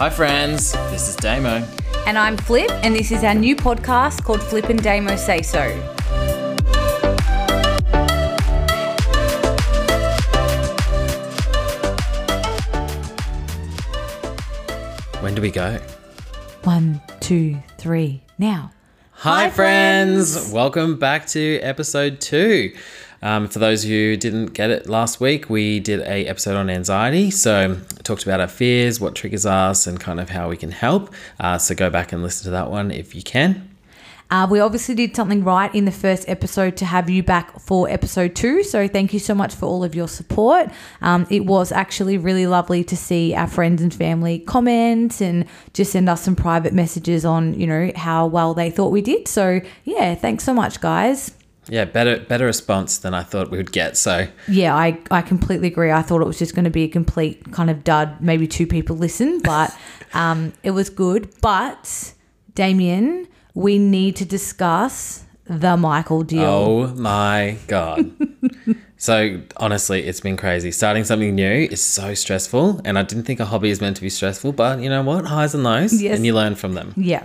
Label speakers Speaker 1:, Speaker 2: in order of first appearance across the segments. Speaker 1: Hi, friends. This is Damo.
Speaker 2: And I'm Flip, and this is our new podcast called Flip and Damo Say So.
Speaker 1: When do we go?
Speaker 2: One, two, three, now.
Speaker 1: Hi,
Speaker 2: Hi,
Speaker 1: friends.
Speaker 2: friends.
Speaker 1: Welcome back to episode two. Um, for those who didn't get it last week, we did a episode on anxiety. So talked about our fears, what triggers us, and kind of how we can help. Uh, so go back and listen to that one if you can.
Speaker 2: Uh, we obviously did something right in the first episode to have you back for episode two. So thank you so much for all of your support. Um, it was actually really lovely to see our friends and family comment and just send us some private messages on, you know, how well they thought we did. So yeah, thanks so much, guys.
Speaker 1: Yeah, better better response than I thought we would get. So
Speaker 2: Yeah, I, I completely agree. I thought it was just going to be a complete kind of dud. Maybe two people listen, but um, it was good. But Damien, we need to discuss the Michael deal.
Speaker 1: Oh my God. so, honestly, it's been crazy. Starting something new is so stressful. And I didn't think a hobby is meant to be stressful, but you know what? Highs and lows.
Speaker 2: Yes.
Speaker 1: And you learn from them.
Speaker 2: Yeah.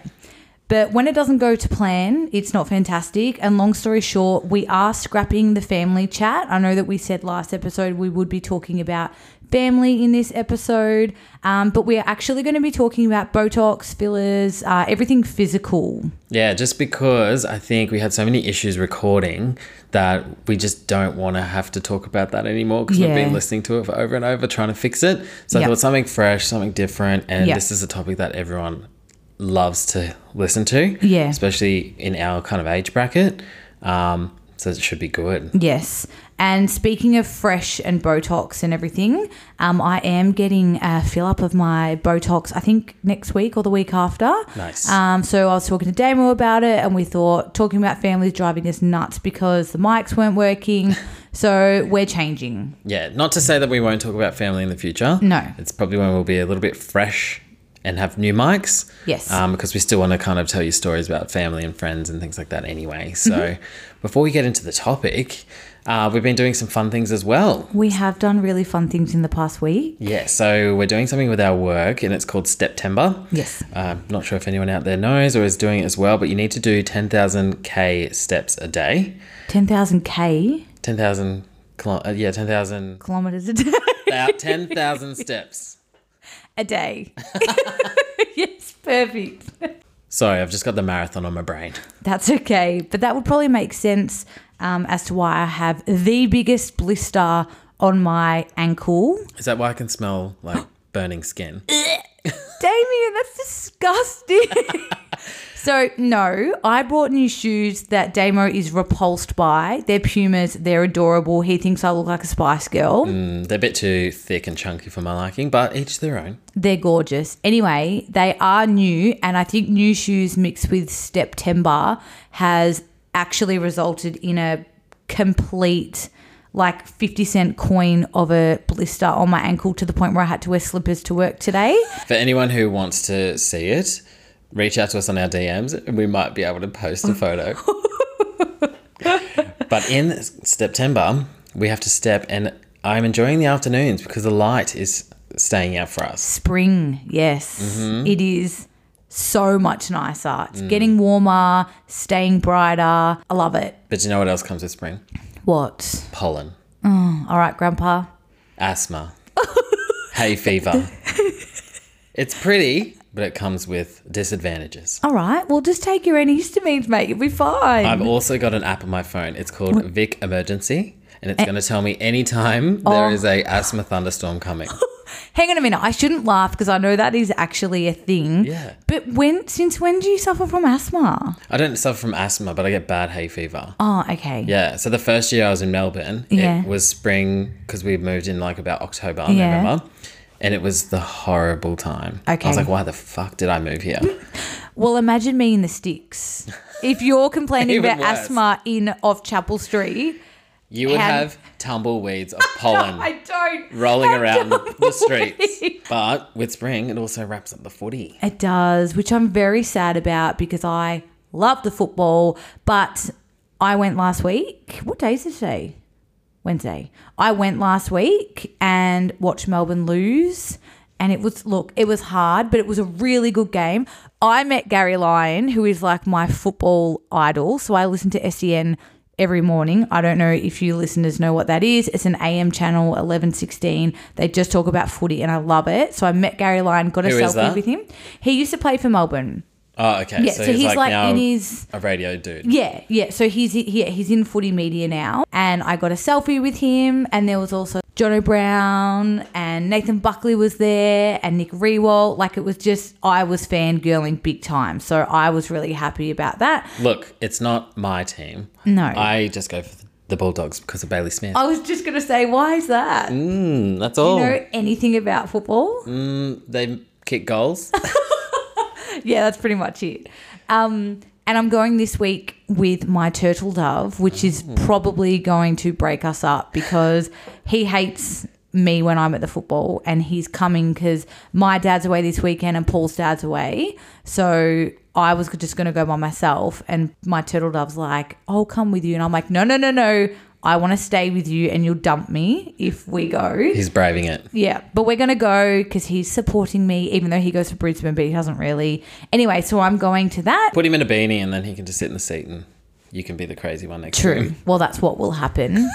Speaker 2: But when it doesn't go to plan, it's not fantastic. And long story short, we are scrapping the family chat. I know that we said last episode we would be talking about family in this episode, um, but we are actually going to be talking about Botox, fillers, uh, everything physical.
Speaker 1: Yeah, just because I think we had so many issues recording that we just don't want to have to talk about that anymore because we've
Speaker 2: Yeah.
Speaker 1: been listening to it for over and over trying to fix it. So, I
Speaker 2: Yeah.
Speaker 1: thought something fresh, something different. And
Speaker 2: Yeah.
Speaker 1: this is a topic that everyone loves to listen to.
Speaker 2: Yeah.
Speaker 1: Especially in our kind of age bracket. Um, so, it should be good.
Speaker 2: Yes. And speaking of fresh and Botox and everything, um, I am getting a fill up of my Botox, I think next week or the week after.
Speaker 1: Nice.
Speaker 2: Um, so I was talking to Damo about it, and we thought talking about families driving us nuts because the mics weren't working. so we're changing.
Speaker 1: Yeah, not to say that we won't talk about family in the future.
Speaker 2: No.
Speaker 1: It's probably when we'll be a little bit fresh and have new mics.
Speaker 2: Yes.
Speaker 1: Um, because we still want to kind of tell you stories about family and friends and things like that anyway. So
Speaker 2: Mm-hmm.
Speaker 1: before we get into the topic, uh, we've been doing some fun things as well.
Speaker 2: We have done really fun things in the past week.
Speaker 1: Yeah, so we're doing something with our work and it's called September.
Speaker 2: Yes.
Speaker 1: Uh, not sure if anyone out there knows or is doing it as well, but you need to do 10,000k steps a day.
Speaker 2: 10,000 K
Speaker 1: 10,000, kilo- uh, yeah, 10,000,
Speaker 2: kilometers a day.
Speaker 1: about 10,000 steps.
Speaker 2: a day. yes, perfect.
Speaker 1: Sorry, I've just got the marathon on my brain.
Speaker 2: That's okay. But that would probably make sense um, as to why I have the biggest blister on my ankle.
Speaker 1: Is that why I can smell like burning skin?
Speaker 2: Damien, that's disgusting. so, no, I bought new shoes that Damo is repulsed by. They're Pumas, they're adorable. He thinks I look like a Spice Girl.
Speaker 1: Mm, They're a bit too thick and chunky for my liking, but each their own.
Speaker 2: They're gorgeous. Anyway, they are new, and I think new shoes mixed with September has actually resulted in a complete like 50 cent coin of a blister on my ankle to the point where I had to wear slippers to work today.
Speaker 1: For anyone who wants to see it, reach out to us on our DMs and we might be able to post a photo. but in September, we have to step, and I'm enjoying the afternoons because the light is staying out for us.
Speaker 2: Spring, yes, it is so much nicer. It's getting warmer, staying brighter. I love it.
Speaker 1: But do you know what else comes with spring?
Speaker 2: What?
Speaker 1: Pollen,
Speaker 2: All right, Grandpa.
Speaker 1: asthma, hay fever. It's pretty, but it comes with disadvantages.
Speaker 2: All right, well, just take your antihistamines, mate. You'll be fine.
Speaker 1: I've also got an app on my phone. It's called Vic Emergency, and
Speaker 2: Eh.
Speaker 1: it's going to tell me anytime
Speaker 2: Oh.
Speaker 1: there is a asthma thunderstorm coming.
Speaker 2: Hang on a minute. I shouldn't laugh because I know that is actually a thing.
Speaker 1: Yeah.
Speaker 2: But when since when do you suffer from asthma?
Speaker 1: I don't suffer from asthma, but I get bad hay fever.
Speaker 2: Oh, okay.
Speaker 1: Yeah. So the first year I was in Melbourne,
Speaker 2: Yeah.
Speaker 1: it was spring because we moved in like about October,
Speaker 2: Yeah.
Speaker 1: November. And it was the horrible time. I
Speaker 2: Okay.
Speaker 1: was like, why the fuck did I move here?
Speaker 2: Well, imagine me in the sticks. If you're complaining
Speaker 1: Even
Speaker 2: about
Speaker 1: worse.
Speaker 2: asthma in off Chapel Street,
Speaker 1: You would
Speaker 2: And-
Speaker 1: have tumbleweeds of pollen
Speaker 2: I don't.
Speaker 1: rolling around the
Speaker 2: tumbleweed.
Speaker 1: streets. But with spring, it also wraps up the footy.
Speaker 2: It does, which I'm very sad about because I love the football, but I went last week. What day is it today? Wednesday. I went last week and watched Melbourne lose. And it was, look, it was hard, but it was a really good game. I met Gary Lyon, who is like my football idol. So I listen to SEN every morning. I don't know if you listeners know what that is. It's an AM channel, 1116. They just talk about footy and I love it. So I met Gary Lyon, got a
Speaker 1: Who is
Speaker 2: selfie
Speaker 1: that?
Speaker 2: with him. He used to play for Melbourne.
Speaker 1: Oh, okay.
Speaker 2: Yeah, so, he's, like,
Speaker 1: now
Speaker 2: in his
Speaker 1: a radio dude.
Speaker 2: yeah, yeah. So he's he, he's in footy media now, and I got a selfie with him, and there was also John O'Brown and Nathan Buckley was there, and Nick Rewalt. Like it was just I was fangirling big time, so I was really happy about that.
Speaker 1: Look, it's not my team.
Speaker 2: No.
Speaker 1: I just go for the Bulldogs because of Bailey Smith.
Speaker 2: I was just gonna say, why is that? Do
Speaker 1: Mm, that's all.
Speaker 2: you know anything about football?
Speaker 1: they kick goals.
Speaker 2: yeah, that's pretty much it. Um, and I'm going this week with my turtle dove, which is probably going to break us up because he hates me when I'm at the football and he's coming because my dad's away this weekend and Paul's dad's away. So I was just going to go by myself. And my turtle dove's like, I'll come with you. And I'm like, no, no, no, no. I want to stay with you and you'll dump me if we go.
Speaker 1: He's braving it.
Speaker 2: Yeah, but we're going to go because he's supporting me, even though he goes for Brisbane, but he doesn't really. Anyway, so I'm going to that.
Speaker 1: Put him in a beanie and then he can just sit in the seat and you can be the crazy one next to him.
Speaker 2: True. Well, that's what will happen.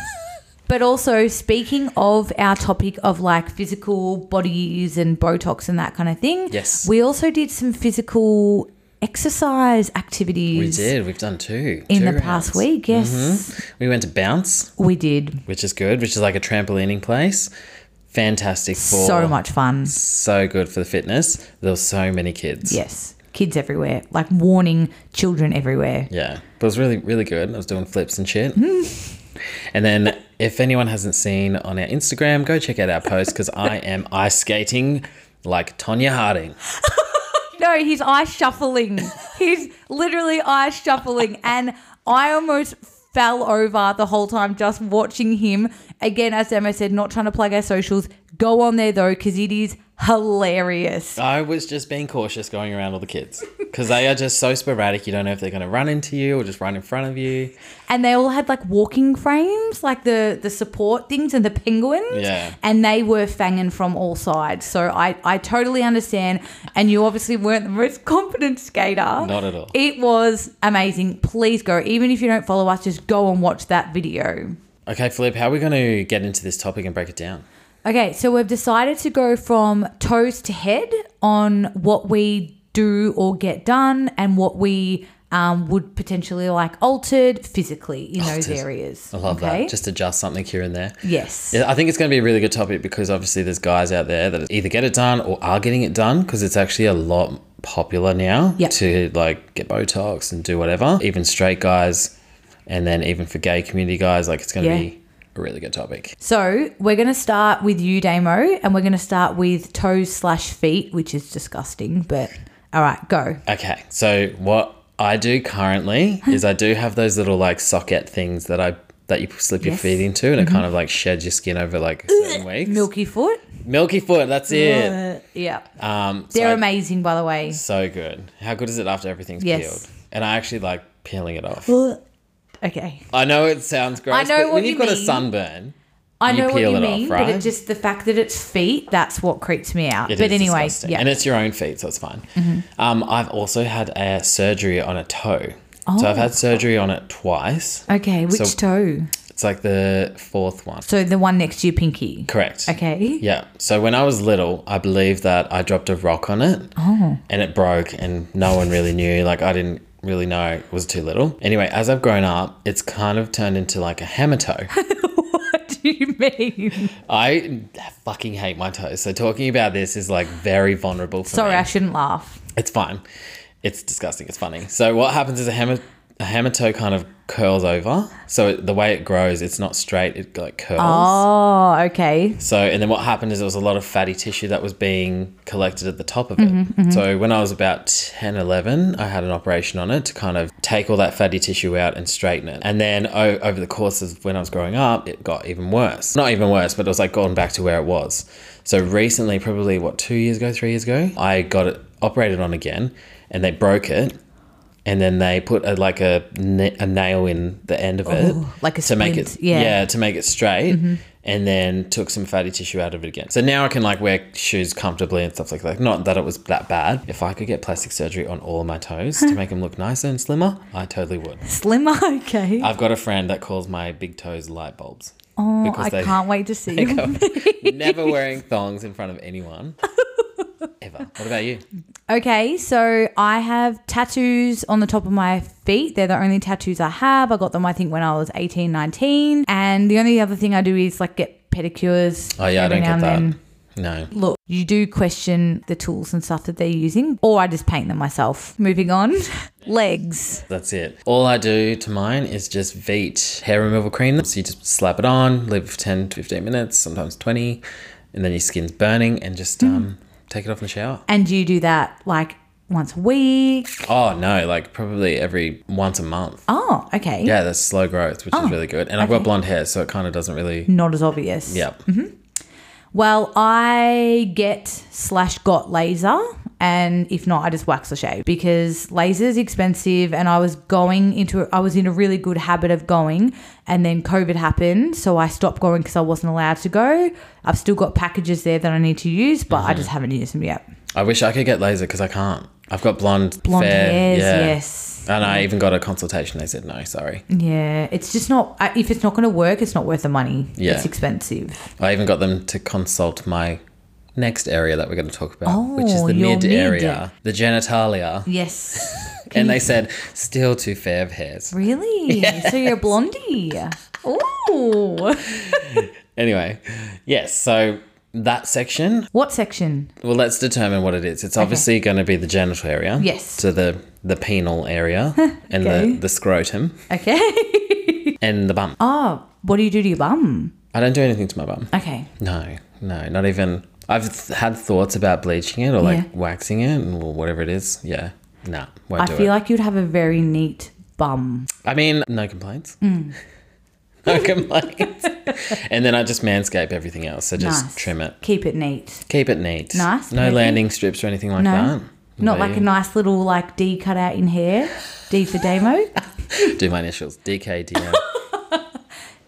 Speaker 2: but also, speaking of our topic of like physical bodies and Botox and that kind of thing,
Speaker 1: Yes.
Speaker 2: we also did some physical exercise activities
Speaker 1: We did. Mm-hmm. We've done two.
Speaker 2: in
Speaker 1: two
Speaker 2: the past
Speaker 1: rounds.
Speaker 2: week. Yes,
Speaker 1: We went to Bounce,
Speaker 2: we did.
Speaker 1: which is good, which is like a trampolining place. Fantastic for
Speaker 2: So much fun.
Speaker 1: So good for the fitness. There were so many kids.
Speaker 2: Yes, kids everywhere, like warning children everywhere.
Speaker 1: Yeah. But it was really, really good. I was doing flips and shit. and then if anyone hasn't seen on our Instagram, go check out our post because I am ice skating like Tonya Harding.
Speaker 2: No, he's eye shuffling. he's literally eye shuffling. And I almost fell over the whole time just watching him. Again, as Emma said, not trying to plug our socials. Go on there though, because it is hilarious.
Speaker 1: I was just being cautious going around all the kids because they are just so sporadic. You don't know if they're going to run into you or just run in front of you.
Speaker 2: And they all had like walking frames, like the the support things and the penguins.
Speaker 1: Yeah.
Speaker 2: And they were fanging from all sides. So I, I totally understand. And you obviously weren't the most confident skater.
Speaker 1: Not at all.
Speaker 2: It was amazing. Please go. Even if you don't follow us, just go and watch that video.
Speaker 1: Okay, Philip, how are we going to get into this topic and break it down?
Speaker 2: Okay, so we've decided to go from toes to head on what we do or get done and what we um, would potentially like altered physically in those
Speaker 1: Altered.
Speaker 2: areas.
Speaker 1: Oh, I love
Speaker 2: okay?
Speaker 1: that. Just adjust something here and there.
Speaker 2: yes.
Speaker 1: Yeah, I think it's going to be a really good topic because obviously there's guys out there that either get it done or are getting it done because it's actually a lot popular now
Speaker 2: Yep.
Speaker 1: to like get Botox and do whatever. Even straight guys, and then even for gay community guys, like it's going to
Speaker 2: Yeah.
Speaker 1: be a really good topic.
Speaker 2: So we're going to start with you, Damo, and we're going to start with toes slash feet, which is disgusting, but all right, go.
Speaker 1: Okay, so what I do currently is I do have those little like socket things that I that you slip your
Speaker 2: Yes. Mm-hmm.
Speaker 1: feet into, and it kind of like sheds your skin over like certain weeks.
Speaker 2: Milky foot.
Speaker 1: Milky foot, that's it.
Speaker 2: Uh, yeah.
Speaker 1: Um, so,
Speaker 2: They're amazing, by the way.
Speaker 1: so good. How good is it after everything's
Speaker 2: Yes.
Speaker 1: peeled? And I actually like peeling it off.
Speaker 2: Okay.
Speaker 1: I know it sounds gross,
Speaker 2: I know
Speaker 1: but
Speaker 2: what
Speaker 1: when
Speaker 2: you
Speaker 1: you've got a
Speaker 2: mean.
Speaker 1: sunburn,
Speaker 2: I
Speaker 1: You
Speaker 2: know what
Speaker 1: peel
Speaker 2: you
Speaker 1: it off,
Speaker 2: mean, but
Speaker 1: right?
Speaker 2: it just the fact that it's feet, that's what creeps me out.
Speaker 1: It is
Speaker 2: but anyway,
Speaker 1: disgusting.
Speaker 2: yeah. Mm-hmm.
Speaker 1: And it's your own feet, so it's fine. Um, I've also had a surgery on a toe. So I've
Speaker 2: Oh.
Speaker 1: had surgery on it twice.
Speaker 2: okay, which
Speaker 1: So-
Speaker 2: toe?
Speaker 1: It's like the fourth one.
Speaker 2: So the one next to your pinky.
Speaker 1: Correct.
Speaker 2: Okay.
Speaker 1: Yeah. So when I was little, I believe that I dropped a rock on it
Speaker 2: Oh.
Speaker 1: and it broke, and no one really knew. Like, I didn't really know it was too little. Anyway, as I've grown up, it's kind of turned into like a hammer toe.
Speaker 2: what do you mean?
Speaker 1: I fucking hate my toes. So talking about this is like very vulnerable for
Speaker 2: Sorry,
Speaker 1: me.
Speaker 2: I shouldn't laugh.
Speaker 1: It's fine. It's disgusting. It's funny. So what happens is a hammer a hammer toe kind of curls over. So it, the way it grows, it's not straight. It like curls.
Speaker 2: Oh, okay.
Speaker 1: So, and then what happened is there was a lot of fatty tissue that was being collected at the top of it. So, when I was about 10, 11, I had an operation on it to kind of take all that fatty tissue out and straighten it. And then o- over the course of when I was growing up, it got even worse. Not even worse, but it was like gone back to where it was. So, recently, probably what, two years ago, three years ago, I got it operated on again and they broke it. And then they put a, like a, na- a nail in the end of it
Speaker 2: like a
Speaker 1: to make it
Speaker 2: splint, yeah. Mm-hmm.
Speaker 1: yeah to make it straight and then took some fatty tissue out of it again. So now I can like wear shoes comfortably and stuff like that. Not that it was that bad. If I could get plastic surgery on all of my toes to make them look nicer and slimmer, I totally would.
Speaker 2: Slimmer, okay.
Speaker 1: I've got a friend that calls my big toes light bulbs.
Speaker 2: oh,
Speaker 1: because
Speaker 2: I
Speaker 1: they-
Speaker 2: can't wait to see you.
Speaker 1: Never wearing thongs in front of anyone. Ever. What about you?
Speaker 2: Okay, so I have tattoos on the top of my feet. They're the only tattoos I have. I got them, I think, when I was 18, 19. And the only other thing I do is like get pedicures.
Speaker 1: Oh yeah, I
Speaker 2: every
Speaker 1: don't get
Speaker 2: now
Speaker 1: that.
Speaker 2: and
Speaker 1: No.
Speaker 2: Look, you do question the tools and stuff that they're using, or I just paint them myself. Moving on, legs.
Speaker 1: That's it. All I do to mine is just Veet hair removal cream. So you just slap it on, leave for 10 to 15 minutes, sometimes 20, and then your skin's burning and just
Speaker 2: Hmm.
Speaker 1: um, take it off in the shower.
Speaker 2: And you do that like once a week.
Speaker 1: Oh, no, like probably every once a month.
Speaker 2: Oh, okay.
Speaker 1: Yeah, that's slow growth, which
Speaker 2: Oh,
Speaker 1: is really good. And I've got blonde hair, so it kind of doesn't really.
Speaker 2: Not as obvious.
Speaker 1: Yeah.
Speaker 2: Well, I get slash got laser, and if not, I just wax or shave because laser's expensive. And I was going into, I was in a really good habit of going, and then COVID happened, so I stopped going because I wasn't allowed to go. I've still got packages there that I need to use, but
Speaker 1: Mm-hmm.
Speaker 2: I just haven't used them yet.
Speaker 1: I wish I could get laser because I can't. I've got blonde,
Speaker 2: Blonde
Speaker 1: fair-
Speaker 2: hairs,
Speaker 1: yeah.
Speaker 2: yes. Mm-hmm.
Speaker 1: And I even got a consultation. They said, no, sorry.
Speaker 2: Yeah, it's just not. I- If it's not going to work, it's not worth the money.
Speaker 1: Yeah.
Speaker 2: it's expensive.
Speaker 1: I even got them to consult my next area that we're going to talk about,
Speaker 2: Oh,
Speaker 1: which is the
Speaker 2: your
Speaker 1: mid
Speaker 2: mid.
Speaker 1: area, the genitalia.
Speaker 2: Yes,
Speaker 1: and they said, still too fair of hairs.
Speaker 2: really. So you're a blondie. Ooh,
Speaker 1: Anyway, yes, so that section,
Speaker 2: what section?
Speaker 1: well, let's determine what it is. It's obviously going to be the genital area.
Speaker 2: Yes.
Speaker 1: So the, the penal area and
Speaker 2: Okay.
Speaker 1: the, the scrotum
Speaker 2: Okay.
Speaker 1: and the bum.
Speaker 2: Oh, what do you do to your bum?
Speaker 1: I don't do anything to my bum.
Speaker 2: Okay.
Speaker 1: No, no, not even. I've th- had thoughts about bleaching it or like
Speaker 2: Yeah.
Speaker 1: waxing it or whatever it is. Yeah. Nah, won't
Speaker 2: I
Speaker 1: do
Speaker 2: feel
Speaker 1: it.
Speaker 2: like you'd have a very neat bum.
Speaker 1: I mean, no complaints.
Speaker 2: Hmm.
Speaker 1: no complaints. and then I just manscape everything else. So just
Speaker 2: Nice.
Speaker 1: trim it.
Speaker 2: Keep it neat.
Speaker 1: Keep it neat.
Speaker 2: Nice,
Speaker 1: No
Speaker 2: pretty.
Speaker 1: landing strips or anything like
Speaker 2: No.
Speaker 1: that.
Speaker 2: Not
Speaker 1: No.
Speaker 2: like a nice little like D cut out in hair. D for demo.
Speaker 1: Do my initials. DKDM.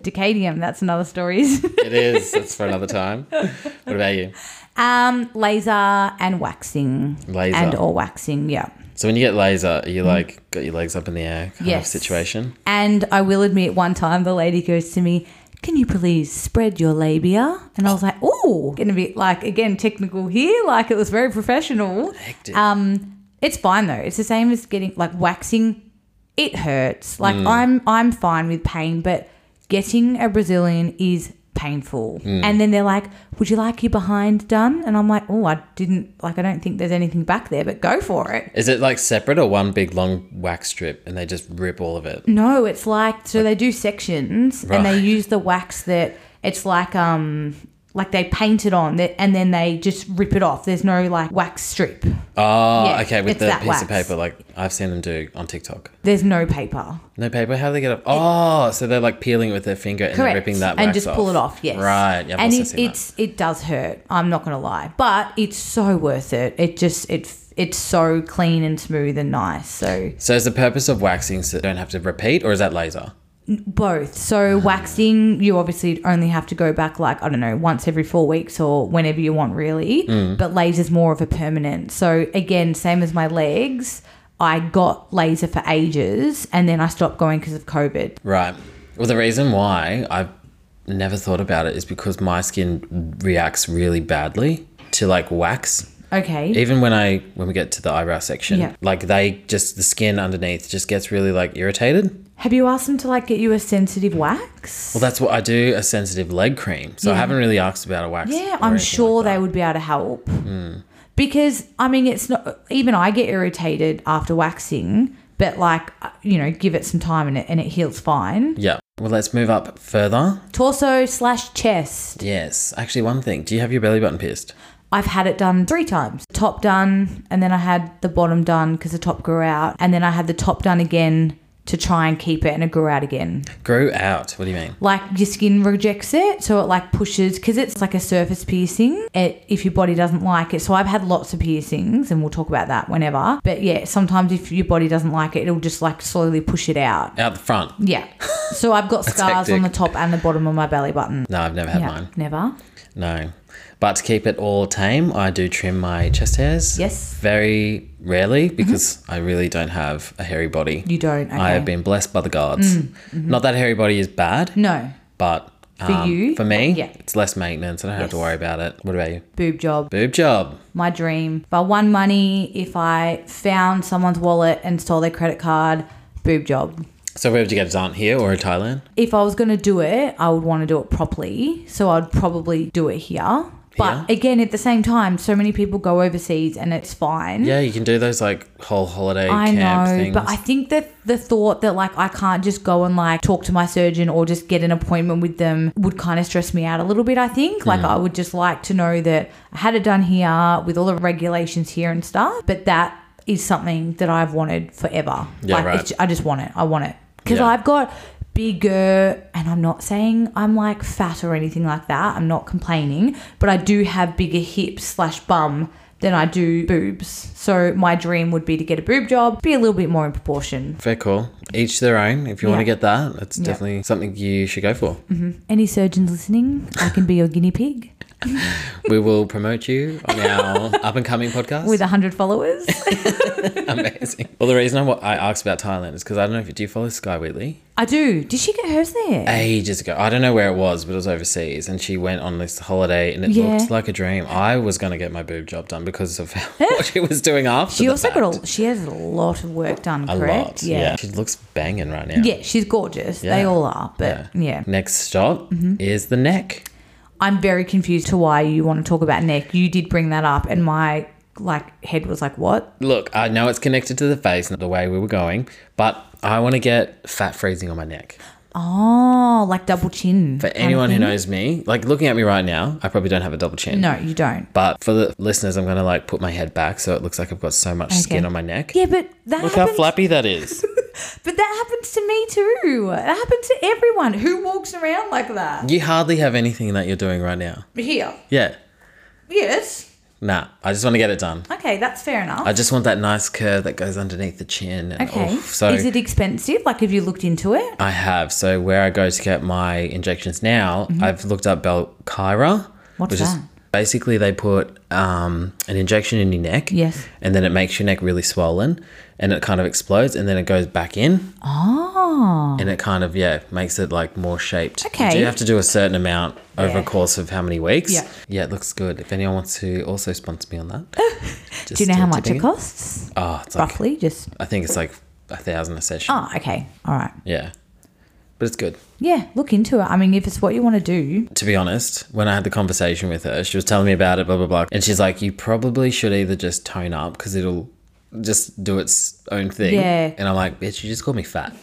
Speaker 2: Decadium, that's another stories.
Speaker 1: it is. That's for another time. What about you?
Speaker 2: um, laser and waxing.
Speaker 1: Laser.
Speaker 2: And or waxing, yeah.
Speaker 1: So when you get laser, are you like got your legs up in the air kind
Speaker 2: Hmm. Yes.
Speaker 1: of situation?
Speaker 2: And I will admit one time the lady goes to me, Can you please spread your labia? And I was like, Oh, getting a bit like again technical here, like it was very professional.
Speaker 1: Hectic.
Speaker 2: Um, it's fine though. It's the same as getting like waxing. It hurts. Like I'm I'm fine with pain, but getting a Brazilian is painful. And then they're like, "Would you like your behind done?" And I'm like, "Oh, I didn't like. I don't think there's anything back there, but go for it."
Speaker 1: Is it like separate or one big long wax strip and they just rip all of it?
Speaker 2: No, it's like so they do sections and they
Speaker 1: Right.
Speaker 2: use the wax that it's like um like they paint it on that and then they just rip it off. There's no like wax strip.
Speaker 1: Oh,
Speaker 2: Yeah,
Speaker 1: okay, with
Speaker 2: it's
Speaker 1: the
Speaker 2: that
Speaker 1: piece of
Speaker 2: wax.
Speaker 1: paper like I've seen them do on TikTok.
Speaker 2: There's no paper.
Speaker 1: No paper. How do they get up? Oh, so they're like peeling it with their finger and then
Speaker 2: Correct.
Speaker 1: ripping that wax
Speaker 2: and just
Speaker 1: off.
Speaker 2: pull it off. Yes.
Speaker 1: Right. Yeah, I've
Speaker 2: and
Speaker 1: also
Speaker 2: it,
Speaker 1: seen that.
Speaker 2: it's it does hurt. I'm not gonna lie, but it's so worth it. It just it f- it's so clean and smooth and nice. So
Speaker 1: So is the purpose of waxing so they don't have to repeat, or is that laser?
Speaker 2: both. So waxing, you obviously only have to go back like I don't know once every four weeks or whenever you want really. But laser's more of a permanent. So again, same as my legs. I got laser for ages and then I stopped going because of COVID.
Speaker 1: Right. Well, the reason why I've never thought about it is because my skin reacts really badly to like wax.
Speaker 2: Okay.
Speaker 1: Even when I when we get to the eyebrow section,
Speaker 2: Yeah.
Speaker 1: like they just the skin underneath just gets really like irritated.
Speaker 2: have you asked them to like get you a sensitive wax?
Speaker 1: Well, that's what I do a sensitive leg cream. So I haven't really asked about a wax.
Speaker 2: Yeah,
Speaker 1: or
Speaker 2: I'm
Speaker 1: anything
Speaker 2: sure
Speaker 1: like
Speaker 2: they would be able to help. Because I mean, it's not even I get irritated after waxing, but like uh, you know, give it some time and it and it heals fine.
Speaker 1: that. Yeah. Well, let's move up further.
Speaker 2: Torso slash chest.
Speaker 1: Yes. Actually, one thing. Do you have your belly button pierced?
Speaker 2: I've had it done three times. Top done, and then I had the bottom done because the top grew out, and then I had the top done again to try and keep it and it grew out again.
Speaker 1: Grow out. What do you mean?
Speaker 2: Like your skin rejects it, so it like pushes because it's like a surface piercing. It, if your body doesn't like it, so I've had lots of piercings, and we'll talk about that whenever. But yeah, sometimes if your body doesn't like it, it'll just like slowly push it out.
Speaker 1: Out the front.
Speaker 2: Yeah. So I've got scars on the
Speaker 1: hectic.
Speaker 2: top and the bottom of my belly button.
Speaker 1: No, I've never had
Speaker 2: Yeah,
Speaker 1: mine.
Speaker 2: never.
Speaker 1: No. But to keep it all tame, I do trim my chest hairs.
Speaker 2: Yes. Mm-hmm.
Speaker 1: Very rarely because I really don't have a hairy body.
Speaker 2: You don't. Okay.
Speaker 1: I have been blessed by the gods. Not that hairy body is bad,
Speaker 2: No
Speaker 1: but
Speaker 2: For
Speaker 1: um,
Speaker 2: you?
Speaker 1: for me,
Speaker 2: Yeah.
Speaker 1: it's less maintenance. I don't have to
Speaker 2: Yes.
Speaker 1: worry about it. What about you?
Speaker 2: boob job.
Speaker 1: Boob job.
Speaker 2: my dream. If I won money, if I found someone's wallet and stole their credit card, boob job.
Speaker 1: So where would you get it done? Here or in Thailand?
Speaker 2: If I was going to do it, I would want to do it properly. So I'd probably do it here. But
Speaker 1: Here?
Speaker 2: again, at the same time, so many people go overseas and it's fine.
Speaker 1: Yeah, you can do those like whole holiday
Speaker 2: I
Speaker 1: camp
Speaker 2: know,
Speaker 1: things.
Speaker 2: but I think that the thought that like I can't just go and like talk to my surgeon or just get an appointment with them would kind of stress me out a little bit. I think like I would just like to know that I had it done here with all the regulations here and stuff, but that is something that I've wanted forever.
Speaker 1: Yeah,
Speaker 2: like
Speaker 1: right.
Speaker 2: it's, I just want it. I want it because
Speaker 1: Yeah.
Speaker 2: I've got bigger and I'm not saying I'm like fat or anything like that. I'm not complaining, but I do have bigger hips slash bum than I do boobs. So my dream would be to get a boob job, be a little bit more in proportion.
Speaker 1: Fair call. Each their own. If you want to
Speaker 2: Yeah.
Speaker 1: get that, it's
Speaker 2: Yeah.
Speaker 1: definitely something you should go for.
Speaker 2: Any surgeons listening, I can be your guinea pig
Speaker 1: we will promote you on our up and coming podcast.
Speaker 2: with 100 followers.
Speaker 1: Amazing. Well, the reason I, wa- I asked about Thailand is because I don't know if do you follow Sky Wheatley?
Speaker 2: I do. Did she get hers there?
Speaker 1: Ages ago, I don't know where it was, but it was overseas, and she went on this holiday, and it
Speaker 2: Yeah.
Speaker 1: looked like a dream. I was gonna get my boob job done because of what she was doing after.
Speaker 2: She
Speaker 1: the
Speaker 2: also
Speaker 1: fact.
Speaker 2: got a, she has a lot of work done,
Speaker 1: a lot.
Speaker 2: correct?
Speaker 1: Yeah. she looks banging right now.
Speaker 2: yeah. she's gorgeous. They
Speaker 1: Yeah.
Speaker 2: all are, but yeah. Mm-hmm.
Speaker 1: Next stop is the neck.
Speaker 2: I'm very confused to why you want to talk about neck. You did bring that up, and my like head was like, "What?"
Speaker 1: Look, I know it's connected to the face and the way we were going, but I want to get fat freezing on my neck.
Speaker 2: Oh, like double chin.
Speaker 1: For anyone who knows me, like looking at me right now, I probably don't have a double chin.
Speaker 2: No, you don't.
Speaker 1: But for the listeners, I'm going to like put my head back so it looks like I've got so much skin
Speaker 2: Okay.
Speaker 1: on my neck.
Speaker 2: Yeah, but that
Speaker 1: Look how
Speaker 2: happens.
Speaker 1: flappy that is.
Speaker 2: but that happens to me too. That happens to everyone who walks around like that.
Speaker 1: you hardly have anything that you're doing right now.
Speaker 2: Here,
Speaker 1: Yeah.
Speaker 2: yes.
Speaker 1: Nah, I just want to get it done.
Speaker 2: Okay, that's fair enough.
Speaker 1: I Oh, just want that nice curve that goes underneath the chin. And
Speaker 2: okay.
Speaker 1: oof, so
Speaker 2: Is it expensive? Like, have you looked into it?
Speaker 1: I have. So where I go to get my injections now, I've looked up Belkyra.
Speaker 2: Mm-hmm. What's
Speaker 1: is
Speaker 2: that?
Speaker 1: basically they put um, an injection in your neck.
Speaker 2: Yes.
Speaker 1: And then it makes your neck really swollen and it kind of explodes and then it goes back in
Speaker 2: Oh,
Speaker 1: and it kind of, yeah, makes it like more shaped. You
Speaker 2: Okay.
Speaker 1: do have to do a certain amount over
Speaker 2: Yeah.
Speaker 1: a course of how many weeks.
Speaker 2: Yeah.
Speaker 1: Yeah, it looks good. If anyone wants to also sponsor me on that. just
Speaker 2: do you know how much
Speaker 1: tipping
Speaker 2: it costs?
Speaker 1: Oh, it's like,
Speaker 2: Roughly, just.
Speaker 1: I think it's like a thousand a session.
Speaker 2: Oh, okay. All right.
Speaker 1: Yeah. But it's good.
Speaker 2: Yeah, look into it. I mean, if it's what you want to do,
Speaker 1: to be honest, when I had the conversation with her, she was telling me about it, blah, blah, blah. And she's like, you probably should either just tone up because it'll just do its own thing.
Speaker 2: Yeah.
Speaker 1: And I'm like, bitch, you just called me fat.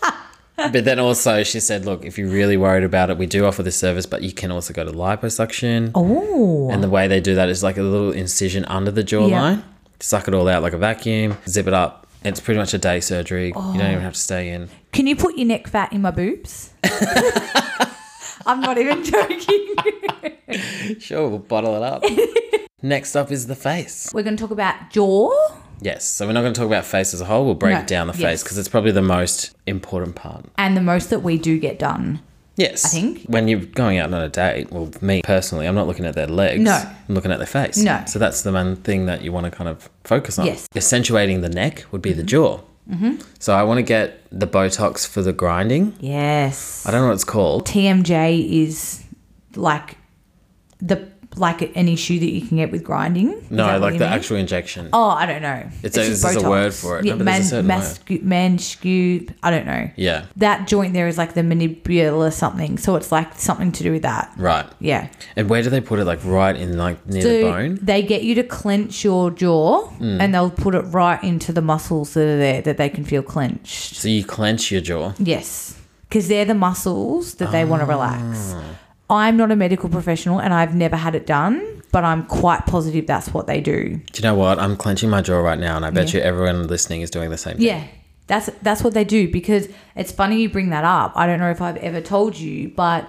Speaker 1: but then also, she said, look, if you're really worried about it, we do offer this service, but you can also go to liposuction.
Speaker 2: oh,
Speaker 1: And the way they do that is like a little incision under the jawline, suck it all out like a vacuum, zip it up. It's pretty much a day surgery. You
Speaker 2: Oh.
Speaker 1: don't even have to stay in.
Speaker 2: Can you put your neck fat in my boobs? I'm not even joking.
Speaker 1: Sure, we'll bottle it up. Next up is the face.
Speaker 2: We're going to talk about jaw.
Speaker 1: Yes. So we're not going to talk about face as a whole. We'll break
Speaker 2: No,
Speaker 1: down the face
Speaker 2: yes.
Speaker 1: because it's probably the most important part.
Speaker 2: And the most that we do get done.
Speaker 1: Yes. I
Speaker 2: think.
Speaker 1: When you're going out on a date, well, me personally, I'm not looking at their legs.
Speaker 2: No.
Speaker 1: I'm looking at their face.
Speaker 2: No.
Speaker 1: So that's the one thing that you want to kind of focus on.
Speaker 2: Yes.
Speaker 1: Accentuating the neck would be the jaw. Mm-hmm. So I want to get the Botox for the grinding.
Speaker 2: Yes.
Speaker 1: I don't know what it's called.
Speaker 2: TMJ is like the like an issue that you can get with grinding. Is
Speaker 1: No,
Speaker 2: that what
Speaker 1: like
Speaker 2: you
Speaker 1: the
Speaker 2: mean?
Speaker 1: actual injection.
Speaker 2: Oh, I don't know.
Speaker 1: It's a- there's a
Speaker 2: Botox.
Speaker 1: word for it.
Speaker 2: Yeah,
Speaker 1: No, but there's a
Speaker 2: man,
Speaker 1: certain
Speaker 2: mascu- manscu- I don't know.
Speaker 1: Yeah.
Speaker 2: That joint there is like the mandibular something. So it's like something to do with that.
Speaker 1: Right.
Speaker 2: Yeah.
Speaker 1: And where do they put it? Like right in like near the
Speaker 2: So
Speaker 1: bone?
Speaker 2: They get you to clench your jaw and they'll put it right into the muscles that are there that they can feel clenched.
Speaker 1: So you clench your jaw.
Speaker 2: Yes. Because they're the muscles that they want to relax. I'm not a medical professional and I've never had it done, but I'm quite positive that's what they do.
Speaker 1: Do you know what? I'm clenching my jaw right now, and I bet you everyone listening is doing the same thing.
Speaker 2: Yeah. That's that's what they do because it's funny you bring that up. I don't know if I've ever told you, but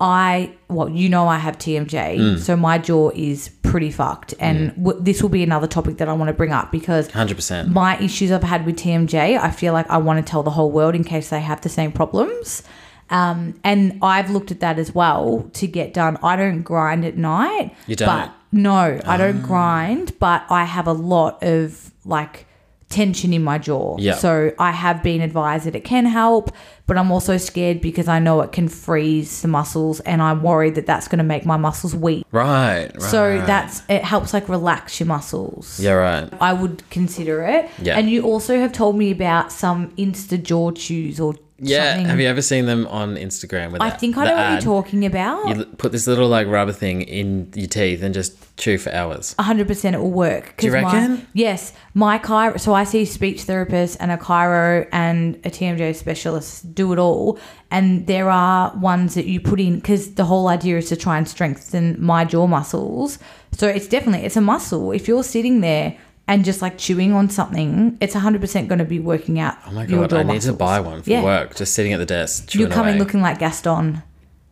Speaker 2: I well, you know, I have TMJ, so my jaw is pretty fucked, and w- this will be another topic that I want to bring up because
Speaker 1: 100%.
Speaker 2: my issues I've had with TMJ, I feel like I want to tell the whole world in case they have the same problems. Um, and I've looked at that as well to get done. I don't grind at night.
Speaker 1: You don't? Ah.
Speaker 2: But no, I don't grind, but I have a lot of like tension in my jaw.
Speaker 1: Yeah.
Speaker 2: So I have been advised that it can help, but I'm also scared because I know it can freeze the muscles and I'm worried that that's going to make my muscles weak.
Speaker 1: Right, right.
Speaker 2: So that's it helps like relax your muscles.
Speaker 1: Yeah, right.
Speaker 2: I would consider it.
Speaker 1: Yeah.
Speaker 2: And you also have told me about some Insta jaw chews or
Speaker 1: Yeah.
Speaker 2: something.
Speaker 1: Have you ever seen them on Instagram? With
Speaker 2: I
Speaker 1: that-
Speaker 2: think I
Speaker 1: the
Speaker 2: know what you're
Speaker 1: ad?
Speaker 2: talking about.
Speaker 1: You l- put this little like rubber thing in your teeth and just chew for hours.
Speaker 2: Oh, 100% it will work. Do
Speaker 1: you reckon?
Speaker 2: yes. My chiro, so I see speech therapists and a chiro and a TMJ specialist do it all. And there are ones that you put in because the whole idea is to try and strengthen my jaw muscles. So it's definitely, it's a muscle. If you're sitting there and just like chewing on something, it's 100% going to be working out
Speaker 1: Oh my
Speaker 2: your
Speaker 1: god,
Speaker 2: jaw
Speaker 1: I need
Speaker 2: muscles.
Speaker 1: to buy one for
Speaker 2: Yeah.
Speaker 1: work. Just sitting at the desk, chewing
Speaker 2: You're coming
Speaker 1: away.
Speaker 2: looking like Gaston.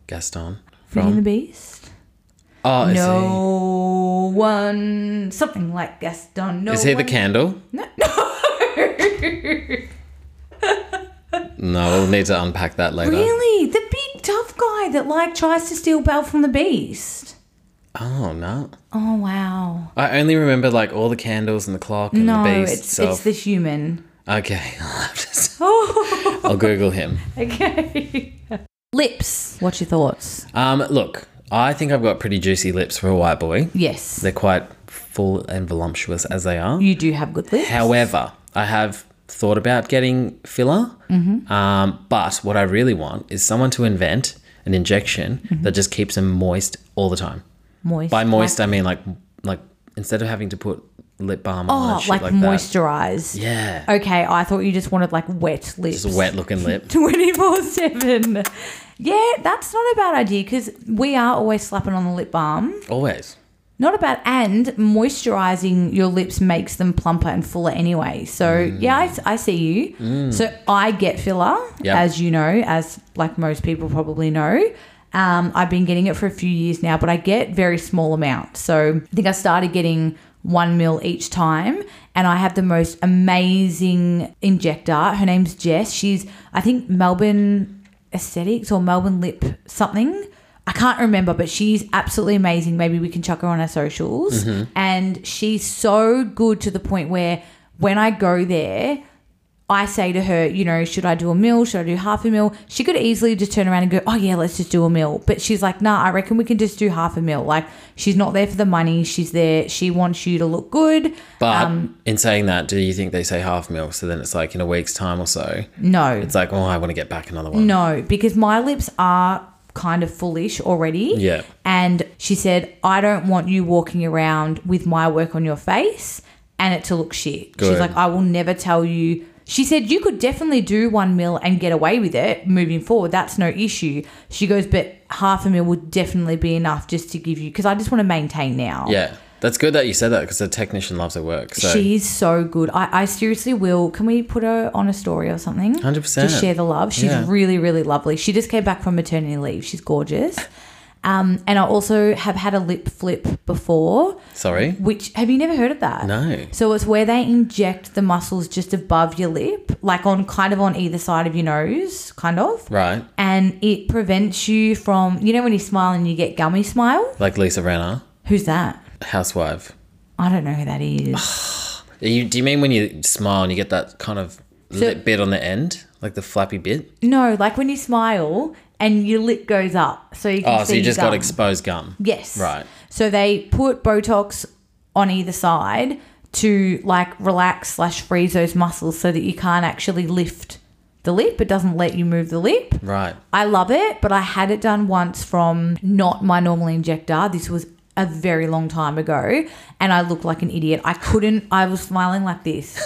Speaker 1: Gaston
Speaker 2: Beauty and the
Speaker 1: from
Speaker 2: Beast?
Speaker 1: Oh, is no.
Speaker 2: No one. Something like Gaston. No
Speaker 1: he? Is he the
Speaker 2: one-
Speaker 1: candle?
Speaker 2: No.
Speaker 1: No, we'll need to unpack that later.
Speaker 2: really? The big tough guy that, like, tries to steal Belle from the Beast.
Speaker 1: Oh no,
Speaker 2: Oh, wow.
Speaker 1: I only remember like all the candles and the clock and
Speaker 2: No,
Speaker 1: the beast
Speaker 2: it's, it's
Speaker 1: itself.
Speaker 2: the human.
Speaker 1: Okay, I'll have to. s-
Speaker 2: Oh,
Speaker 1: I'll Google him.
Speaker 2: okay. Lips. What's your thoughts?
Speaker 1: Um, look, I think I've got pretty juicy lips for a white boy.
Speaker 2: Yes.
Speaker 1: They're quite full and voluptuous as they are.
Speaker 2: you do have good lips.
Speaker 1: However, I have thought about getting filler.
Speaker 2: Mm-hmm.
Speaker 1: Um, but what I really want is someone to invent an injection
Speaker 2: Mm-hmm.
Speaker 1: that just keeps them moist all the time.
Speaker 2: moist.
Speaker 1: By moist, I mean like like instead of having to put lip balm on
Speaker 2: Oh,
Speaker 1: and shit
Speaker 2: like,
Speaker 1: like, that.
Speaker 2: moisturized.
Speaker 1: Yeah,
Speaker 2: Okay, I thought you just wanted like wet lips.
Speaker 1: it's a wet looking lip.
Speaker 2: 24 7. Yeah, that's not a bad idea because we are always slapping on the lip balm.
Speaker 1: Always.
Speaker 2: Not a bad, and moisturizing your lips makes them plumper and fuller anyway. So, yeah, I, s- I see you. So, I get filler,
Speaker 1: Yep.
Speaker 2: as you know, as like most people probably know. Um, I've been getting it for a few years now, but I get very small amounts. So, I think I started getting one mil each time and I have the most amazing injector. Her name's Jess. She's I think Melbourne Aesthetics or Melbourne Lip something. I can't remember, but she's absolutely amazing. Maybe we can chuck her on our socials. And she's so good to the point where when I go there, I say to her, you know, should I do a meal? Should I do half a meal? She could easily just turn around and go, oh, yeah, let's just do a meal. But she's like, nah, I reckon we can just do half a meal. Like, she's not there for the money. She's there. She wants you to look good.
Speaker 1: But
Speaker 2: Um,
Speaker 1: in saying that, do you think they say half mil? So then it's like in a week's time or so,
Speaker 2: No,
Speaker 1: it's like, oh, I want to get back another one.
Speaker 2: no, because my lips are kind of fullish already.
Speaker 1: Yeah.
Speaker 2: And she said, I don't want you walking around with my work on your face and it to look shit.
Speaker 1: Good.
Speaker 2: She's like, I will never tell you. She said, You could definitely do one mil and get away with it moving forward. That's no issue. She goes, But half a mil would definitely be enough just to give you, because I just want to maintain now.
Speaker 1: Yeah, that's good that you said that because the technician loves her work. So
Speaker 2: She's so good. I, I seriously will. Can we put her on a story or something?
Speaker 1: 100%.
Speaker 2: To share the love. She's
Speaker 1: Yeah.
Speaker 2: really, really lovely. She just came back from maternity leave. She's gorgeous. Um, and I also have had a lip flip before,
Speaker 1: sorry.
Speaker 2: which have you never heard of that?
Speaker 1: No.
Speaker 2: So it's where they inject the muscles just above your lip, like on kind of on either side of your nose, kind of.
Speaker 1: Right.
Speaker 2: And it prevents you from, you know, when you smile and you get gummy smile?
Speaker 1: Like Lisa Renner,
Speaker 2: Who's that?
Speaker 1: housewife.
Speaker 2: I don't know who that is.
Speaker 1: Are you, do you mean when you smile and you get that kind of lip bit on the end, like the flappy bit?
Speaker 2: No, like when you smile and your lip goes up, so you can
Speaker 1: Oh,
Speaker 2: see
Speaker 1: so you just
Speaker 2: gum.
Speaker 1: got exposed gum.
Speaker 2: yes,
Speaker 1: Right.
Speaker 2: So they put Botox on either side to like relax slash freeze those muscles so that you can't actually lift the lip. It doesn't let you move the lip.
Speaker 1: Right.
Speaker 2: I love it, but I had it done once from not my normal injector. This was a very long time ago, and I looked like an idiot. I couldn't, I was smiling like this.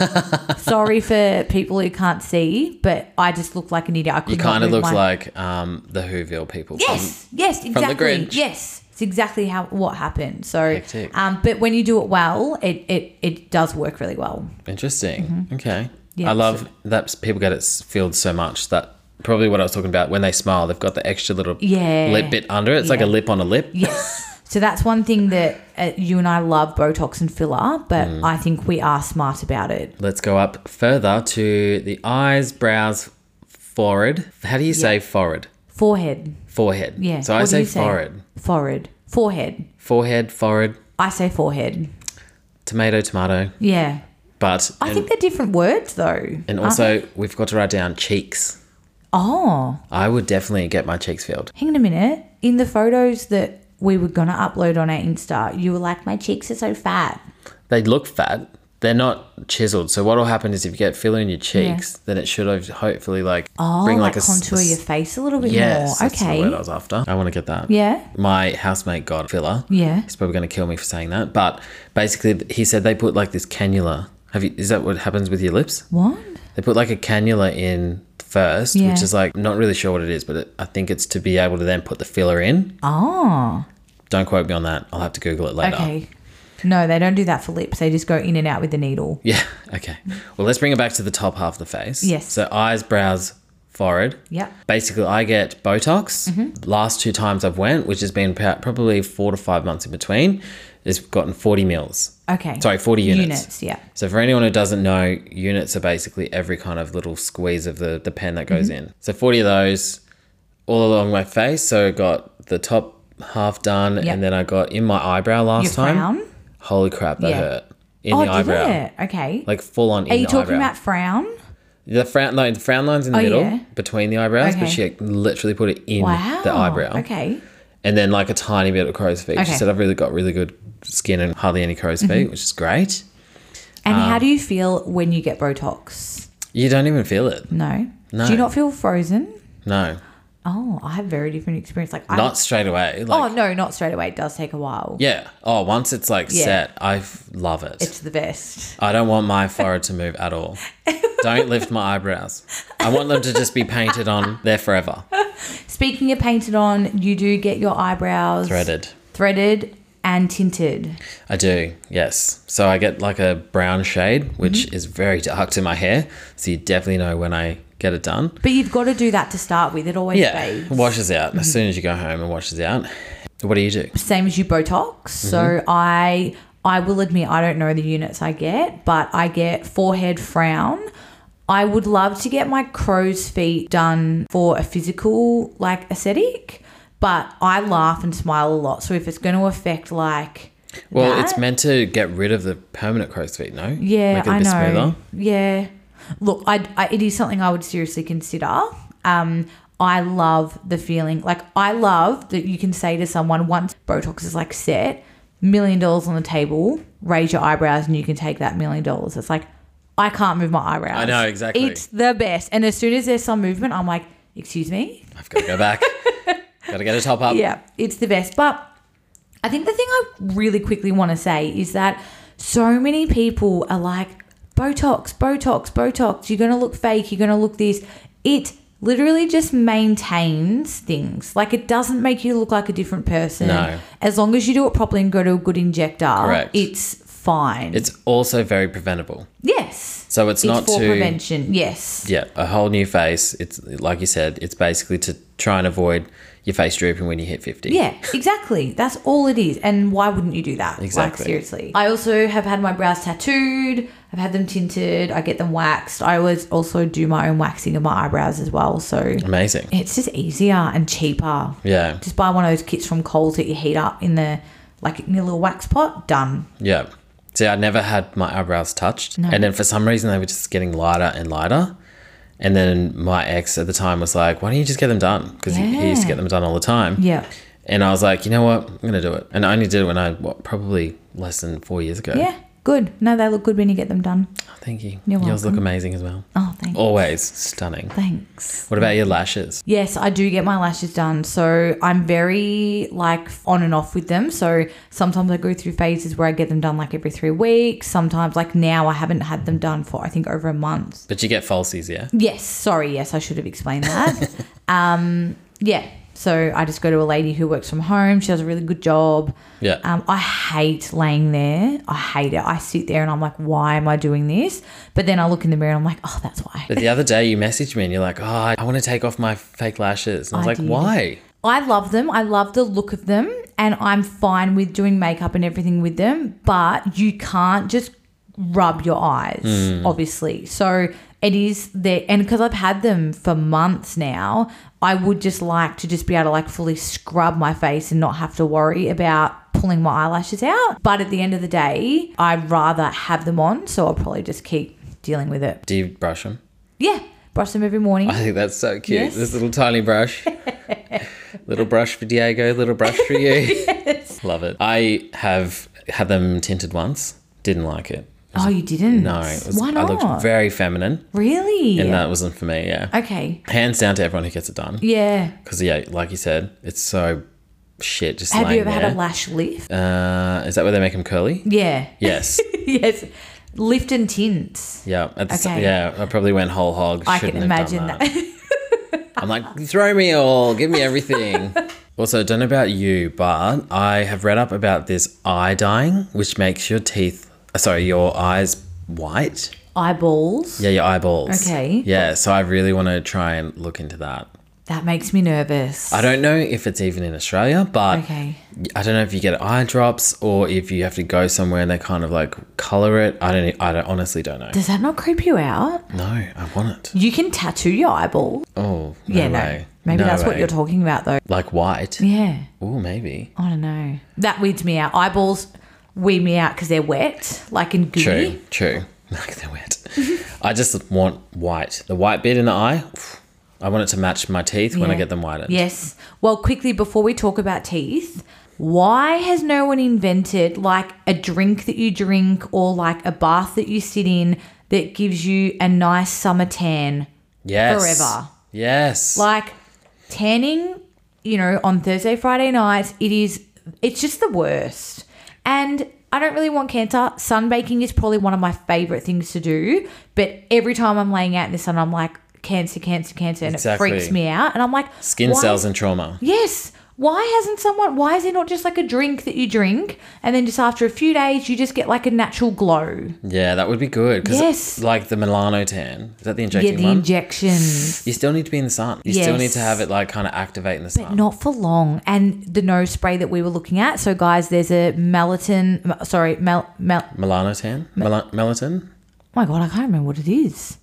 Speaker 2: Sorry for people who can't see, but I just looked like an idiot. I could
Speaker 1: You
Speaker 2: not
Speaker 1: kind of
Speaker 2: move
Speaker 1: looks
Speaker 2: my-
Speaker 1: like um, the Whoville people. from-
Speaker 2: Yes, yes,
Speaker 1: the
Speaker 2: exactly.
Speaker 1: Grinch.
Speaker 2: Yes, it's exactly how what happened. So,
Speaker 1: Hectic.
Speaker 2: um, but when you do it well, it, it, it does work really well.
Speaker 1: interesting. Okay.
Speaker 2: Yeah,
Speaker 1: I love
Speaker 2: so-
Speaker 1: that people get it s- filled so much that probably what I was talking about when they smile, they've got the extra little
Speaker 2: Yeah.
Speaker 1: lip bit under it. It's like a
Speaker 2: Yeah.
Speaker 1: lip on a lip.
Speaker 2: Yes. So that's one thing that uh, you and I love Botox and filler, but
Speaker 1: Mm.
Speaker 2: I think we are smart about it.
Speaker 1: Let's go up further to the eyes, brows, forehead. How do you say forehead?
Speaker 2: Forehead.
Speaker 1: Forehead.
Speaker 2: Yeah.
Speaker 1: So I
Speaker 2: What do
Speaker 1: say
Speaker 2: you
Speaker 1: forehead.
Speaker 2: Forehead. Forehead.
Speaker 1: Forehead, forehead,
Speaker 2: I say forehead.
Speaker 1: tomato, tomato.
Speaker 2: Yeah.
Speaker 1: But
Speaker 2: I
Speaker 1: and,
Speaker 2: think they're different words though.
Speaker 1: and
Speaker 2: aren't they?
Speaker 1: also we've got to write down cheeks.
Speaker 2: Oh,
Speaker 1: I would definitely get my cheeks filled.
Speaker 2: hang on a minute. In the photos that we were going to upload on our Insta, you were like, my cheeks are so fat.
Speaker 1: They look fat. They're not chiseled. So what will happen is if you get filler in your cheeks, then it should have hopefully like
Speaker 2: Oh, like,
Speaker 1: s-
Speaker 2: contour
Speaker 1: s-
Speaker 2: your face a little bit
Speaker 1: Yes,
Speaker 2: more.
Speaker 1: that's the word I
Speaker 2: Okay.
Speaker 1: was after. I want to get that.
Speaker 2: Yeah.
Speaker 1: My housemate got filler.
Speaker 2: Yeah.
Speaker 1: He's probably going to kill me for saying that, but basically he said they put like this cannula. Have you? Is that what happens with your lips?
Speaker 2: What?
Speaker 1: They put like a cannula in first,
Speaker 2: Yeah.
Speaker 1: which is like not really sure what it is, but it, I think it's to be able to then put the filler in.
Speaker 2: Oh,
Speaker 1: Don't quote me on that. I'll have to Google it later.
Speaker 2: okay. No, they don't do that for lips. They just go in and out with the needle.
Speaker 1: Yeah. Okay. Well, let's bring it back to the top half of the face.
Speaker 2: Yes.
Speaker 1: So eyes, brows, forehead.
Speaker 2: Yep.
Speaker 1: Basically, I get Botox.
Speaker 2: Mm-hmm.
Speaker 1: Last two times I've went, which has been pa- probably four to five months in between, is gotten forty mils.
Speaker 2: Okay.
Speaker 1: Sorry, forty units.
Speaker 2: Units, yeah.
Speaker 1: So for anyone who doesn't know, units are basically every kind of little squeeze of the the pen that goes
Speaker 2: Mm-hmm.
Speaker 1: in. So forty of those, all along my face. So I got the top half done,
Speaker 2: Yep.
Speaker 1: and then I got in my eyebrow last
Speaker 2: Your
Speaker 1: time.
Speaker 2: frown?
Speaker 1: Holy crap, that
Speaker 2: Yeah.
Speaker 1: hurt in
Speaker 2: oh,
Speaker 1: the eyebrow.
Speaker 2: did it? Okay.
Speaker 1: Like full on.
Speaker 2: Are you talking about frown?
Speaker 1: The frown, no, the frown line's in the
Speaker 2: Oh,
Speaker 1: middle
Speaker 2: yeah.
Speaker 1: between the eyebrows, but
Speaker 2: Okay.
Speaker 1: she like, literally put it in
Speaker 2: Wow.
Speaker 1: the eyebrow.
Speaker 2: Okay.
Speaker 1: And then like a tiny bit of crow's feet. She
Speaker 2: Okay. Mm-hmm.
Speaker 1: said, I've really got really good skin and hardly any crow's feet, which is great.
Speaker 2: And
Speaker 1: Um,
Speaker 2: how do you feel when you get Botox?
Speaker 1: You don't even feel it.
Speaker 2: No.
Speaker 1: No.
Speaker 2: Do you not feel frozen?
Speaker 1: No,
Speaker 2: Oh, I have very different experience. Like, I,
Speaker 1: not straight away. Like,
Speaker 2: oh no, not straight away. It does take a while.
Speaker 1: yeah. Oh, once it's like
Speaker 2: Yeah.
Speaker 1: set, I f- love it.
Speaker 2: It's the best.
Speaker 1: I don't want my forehead to move at all. don't lift my eyebrows. I want them to just be painted on there forever,
Speaker 2: Speaking of painted on, you do get your eyebrows
Speaker 1: threaded.
Speaker 2: threaded and tinted.
Speaker 1: I do, yes. So I get like a brown shade, which
Speaker 2: Mm-hmm.
Speaker 1: is very dark to my hair. So you definitely know when I get it done.
Speaker 2: But you've got to do that to start with. It always
Speaker 1: Yeah,
Speaker 2: fades.
Speaker 1: washes out
Speaker 2: Mm-hmm.
Speaker 1: as soon as you go home and washes out. What do you do?
Speaker 2: same as you Botox. So I I will admit I don't know the units I get, but I get forehead frown. I would love to get my crow's feet done for a physical like aesthetic, but I laugh and smile a lot. So if it's going to affect like
Speaker 1: Well,
Speaker 2: that-
Speaker 1: it's meant to get rid of the permanent crow's feet, no?
Speaker 2: yeah,
Speaker 1: Make it a
Speaker 2: I
Speaker 1: bit
Speaker 2: know.
Speaker 1: smoother.
Speaker 2: Yeah, look, I, I it is something I would seriously consider. Um, I love the feeling. Like I love that you can say to someone once Botox is like set, million dollars on the table, raise your eyebrows, and you can take that million dollars. It's like I can't move my eyebrows.
Speaker 1: I know, exactly.
Speaker 2: It's the best. And as soon as there's some movement, I'm like, excuse me.
Speaker 1: I've got to go back. got to get a top up.
Speaker 2: Yeah, it's the best. But I think the thing I really quickly want to say is that so many people are like, Botox, Botox, Botox, you're going to look fake, you're going to look this. It literally just maintains things. Like it doesn't make you look like a different person.
Speaker 1: No.
Speaker 2: As long as you do it properly and go to a good injector,
Speaker 1: Correct.
Speaker 2: it's fine.
Speaker 1: It's also very preventable.
Speaker 2: yes.
Speaker 1: So it's,
Speaker 2: It's,
Speaker 1: not
Speaker 2: for
Speaker 1: to.
Speaker 2: prevention. Yes.
Speaker 1: Yeah, a whole new face. It's like you said, it's basically to try and avoid your face drooping when you hit 50.
Speaker 2: Yeah, exactly. That's all it is. And why wouldn't you do that?
Speaker 1: Exactly.
Speaker 2: Like, seriously. I also have had my brows tattooed. I've had them tinted. I get them waxed. I always also do my own waxing of my eyebrows as well. So
Speaker 1: Amazing.
Speaker 2: it's just easier and cheaper.
Speaker 1: Yeah.
Speaker 2: Just buy one of those kits from Coles that you heat up in the like in a little wax pot. Done.
Speaker 1: Yeah. See, I never had my eyebrows touched. And then for some reason, they were just getting lighter and lighter. And then my ex at the time was like, why don't you just get them done? Because he, he used to
Speaker 2: Yeah.
Speaker 1: get them done all the time.
Speaker 2: Yeah.
Speaker 1: And I was like, you know what? I'm going to do it. And I only did it when I, what, probably less than four years ago.
Speaker 2: Yeah. Good. No, they look good when you get them done.
Speaker 1: Oh, thank you.
Speaker 2: You're
Speaker 1: Yours look
Speaker 2: welcome.
Speaker 1: amazing as well.
Speaker 2: Oh, thanks.
Speaker 1: Always stunning.
Speaker 2: Thanks.
Speaker 1: What about your lashes?
Speaker 2: Yes, I do get my lashes done. So I'm very like on and off with them. So sometimes I go through phases where I get them done like every three weeks. Sometimes, like now, I haven't had them done for I think over a month. Mm,
Speaker 1: But you get falsies, yeah?
Speaker 2: Yes, sorry. Yes, I should have explained that. um, yeah. So I just go to a lady who works from home. She does a really good job.
Speaker 1: Yeah.
Speaker 2: Um, I hate laying there. I hate it. I sit there and I'm like, why am I doing this? But then I look in the mirror and I'm like, oh, that's why.
Speaker 1: But the other day you messaged me and you're like, oh, I want to take off my fake lashes. And I was
Speaker 2: I
Speaker 1: like,
Speaker 2: did.
Speaker 1: why?
Speaker 2: I love them. I love the look of them, and I'm fine with doing makeup and everything with them. But you can't just rub your eyes,
Speaker 1: Hmm.
Speaker 2: obviously. So it is there, and because I've had them for months now, I would just like to just be able to like fully scrub my face and not have to worry about pulling my eyelashes out. But at the end of the day, I'd rather have them on, so I'll probably just keep dealing with it.
Speaker 1: Do you brush them?
Speaker 2: Yeah, brush them every morning.
Speaker 1: I think that's so cute.
Speaker 2: Yes.
Speaker 1: This little tiny brush. little brush for Diego, little brush for you. Love it. I have had them tinted once. Didn't like it.
Speaker 2: Oh, you didn't?
Speaker 1: No, it was,
Speaker 2: Why not?
Speaker 1: I looked very feminine,
Speaker 2: really?
Speaker 1: and that wasn't for me. Yeah,
Speaker 2: okay.
Speaker 1: hands down to everyone who gets it done.
Speaker 2: Yeah.
Speaker 1: Because yeah, like you said, it's so shit. Just
Speaker 2: Have you
Speaker 1: laying
Speaker 2: ever
Speaker 1: there.
Speaker 2: had a lash lift?
Speaker 1: uh, is that where they make them curly?
Speaker 2: Yeah.
Speaker 1: Yes.
Speaker 2: yes. Lift and tints.
Speaker 1: Yeah. At the s-
Speaker 2: Okay.
Speaker 1: yeah. I probably went whole hog.
Speaker 2: I
Speaker 1: Shouldn't
Speaker 2: can
Speaker 1: have done
Speaker 2: imagine that.
Speaker 1: I'm like, throw me all, give me everything. also, don't know about you, but I have read up about this eye dyeing, which makes your teeth, uh, sorry, your eyes white.
Speaker 2: Eyeballs.
Speaker 1: Yeah, your eyeballs.
Speaker 2: Okay.
Speaker 1: Yeah, so I really want to try and look into that.
Speaker 2: That makes me nervous.
Speaker 1: I don't know if it's even in Australia, but
Speaker 2: Okay.
Speaker 1: I don't know if you get eye drops or if you have to go somewhere and they kind of like color it. I don't. e, I don't, honestly don't know.
Speaker 2: Does that not creep you out?
Speaker 1: No, I want it.
Speaker 2: You can tattoo your eyeball.
Speaker 1: Oh, no
Speaker 2: yeah,
Speaker 1: way.
Speaker 2: no. Maybe
Speaker 1: No
Speaker 2: that's what
Speaker 1: way.
Speaker 2: you're talking about, though.
Speaker 1: like white.
Speaker 2: Yeah.
Speaker 1: Oh, maybe.
Speaker 2: I don't know. That weirds me out. Eyeballs weed me out because they're wet, like in gooey.
Speaker 1: True, true. Like they're wet. I just want white. The white bit in the eye. pff, I want it to match my teeth when I
Speaker 2: Yeah.
Speaker 1: get them whitened.
Speaker 2: Yes. Well, quickly before we talk about teeth, why has no one invented like a drink that you drink or like a bath that you sit in that gives you a nice summer tan?
Speaker 1: Yes.
Speaker 2: Forever.
Speaker 1: Yes.
Speaker 2: Like tanning, you know, on Thursday, Friday nights, it is it's just the worst. And I don't really want cancer. Sunbaking is probably one of my favorite things to do, but every time I'm laying out in the sun, I'm like cancer, cancer, cancer, and
Speaker 1: Exactly.
Speaker 2: it freaks me out. And I'm like,
Speaker 1: Skin
Speaker 2: why-
Speaker 1: cells and trauma.
Speaker 2: Yes. Why hasn't someone, why is there not just like a drink that you drink and then just after a few days you just get like a natural glow?
Speaker 1: Yeah, that would be good. 'cause
Speaker 2: Yes.
Speaker 1: Like the Milano tan. Is that the injecting
Speaker 2: Get the
Speaker 1: one?
Speaker 2: injections.
Speaker 1: you still need to be in the sun. You still need to
Speaker 2: Yes.
Speaker 1: have it like kind of activate in the sun.
Speaker 2: Not for long. And the nose spray that we were looking at. So, guys, there's a melatonin, m- sorry, mel, mel, oh
Speaker 1: Milano tan? Mel- melatonin?
Speaker 2: my God, I can't remember what it is.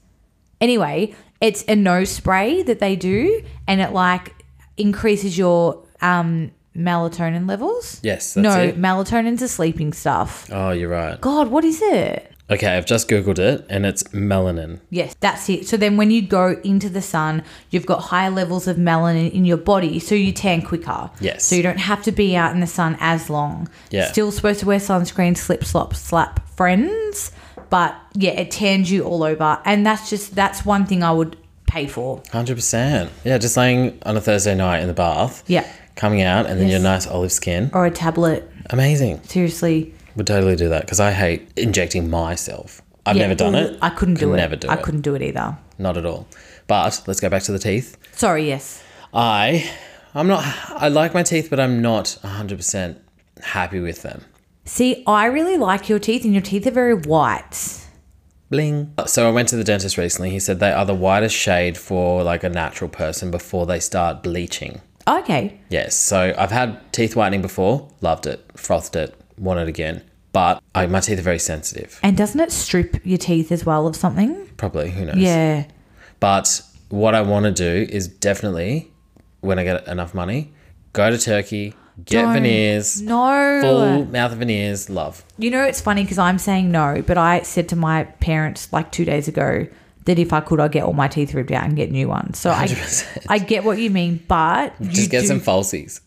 Speaker 2: Anyway, it's a nose spray that they do and it like increases your um, melatonin levels.
Speaker 1: Yes, that's
Speaker 2: No,
Speaker 1: it.
Speaker 2: melatonin's a sleeping stuff.
Speaker 1: Oh, you're right.
Speaker 2: God, what is it?
Speaker 1: Okay, I've just Googled it and it's melanin.
Speaker 2: Yes, that's it. So then when you go into the sun, you've got higher levels of melanin in your body, so you tan quicker.
Speaker 1: Yes.
Speaker 2: So you don't have to be out in the sun as long.
Speaker 1: Yeah.
Speaker 2: Still supposed to wear sunscreen, slip, slop, slap, friends. But yeah, it tans you all over. And that's just, that's one thing I would pay for.
Speaker 1: Hundred percent. Yeah, just laying on a Thursday night in the bath.
Speaker 2: Yeah.
Speaker 1: Coming out and then
Speaker 2: Yes.
Speaker 1: your nice olive skin.
Speaker 2: Or a tablet.
Speaker 1: Amazing.
Speaker 2: Seriously.
Speaker 1: Would totally do that because I hate injecting myself. I've
Speaker 2: Yeah.
Speaker 1: never done
Speaker 2: Ooh,
Speaker 1: it.
Speaker 2: I couldn't do
Speaker 1: Could
Speaker 2: it.
Speaker 1: never do
Speaker 2: I
Speaker 1: it.
Speaker 2: couldn't do it either.
Speaker 1: Not at all. But let's go back to the teeth.
Speaker 2: Sorry, yes.
Speaker 1: I, I'm not. I like my teeth, but I'm not hundred percent happy with them.
Speaker 2: See, I really like your teeth, and your teeth are very white.
Speaker 1: Bling. So I went to the dentist recently. He said they are the whitest shade for like a natural person before they start bleaching.
Speaker 2: Okay.
Speaker 1: Yes, so I've had teeth whitening before, loved it, frothed it, want it again. But I, my teeth are very sensitive,
Speaker 2: And doesn't it strip your teeth as well of something?
Speaker 1: probably, who knows.
Speaker 2: Yeah.
Speaker 1: But what I want to do is definitely, when I get enough money, go to Turkey, get
Speaker 2: Don't.
Speaker 1: veneers,
Speaker 2: No.
Speaker 1: full mouth veneers, love.
Speaker 2: You know, it's funny because I'm saying no, but I said to my parents like two days ago that if I could, I'd get all my teeth ripped out and get new ones. So I,
Speaker 1: 100%.
Speaker 2: I get what you mean, but you,
Speaker 1: Just get
Speaker 2: do,
Speaker 1: some falsies.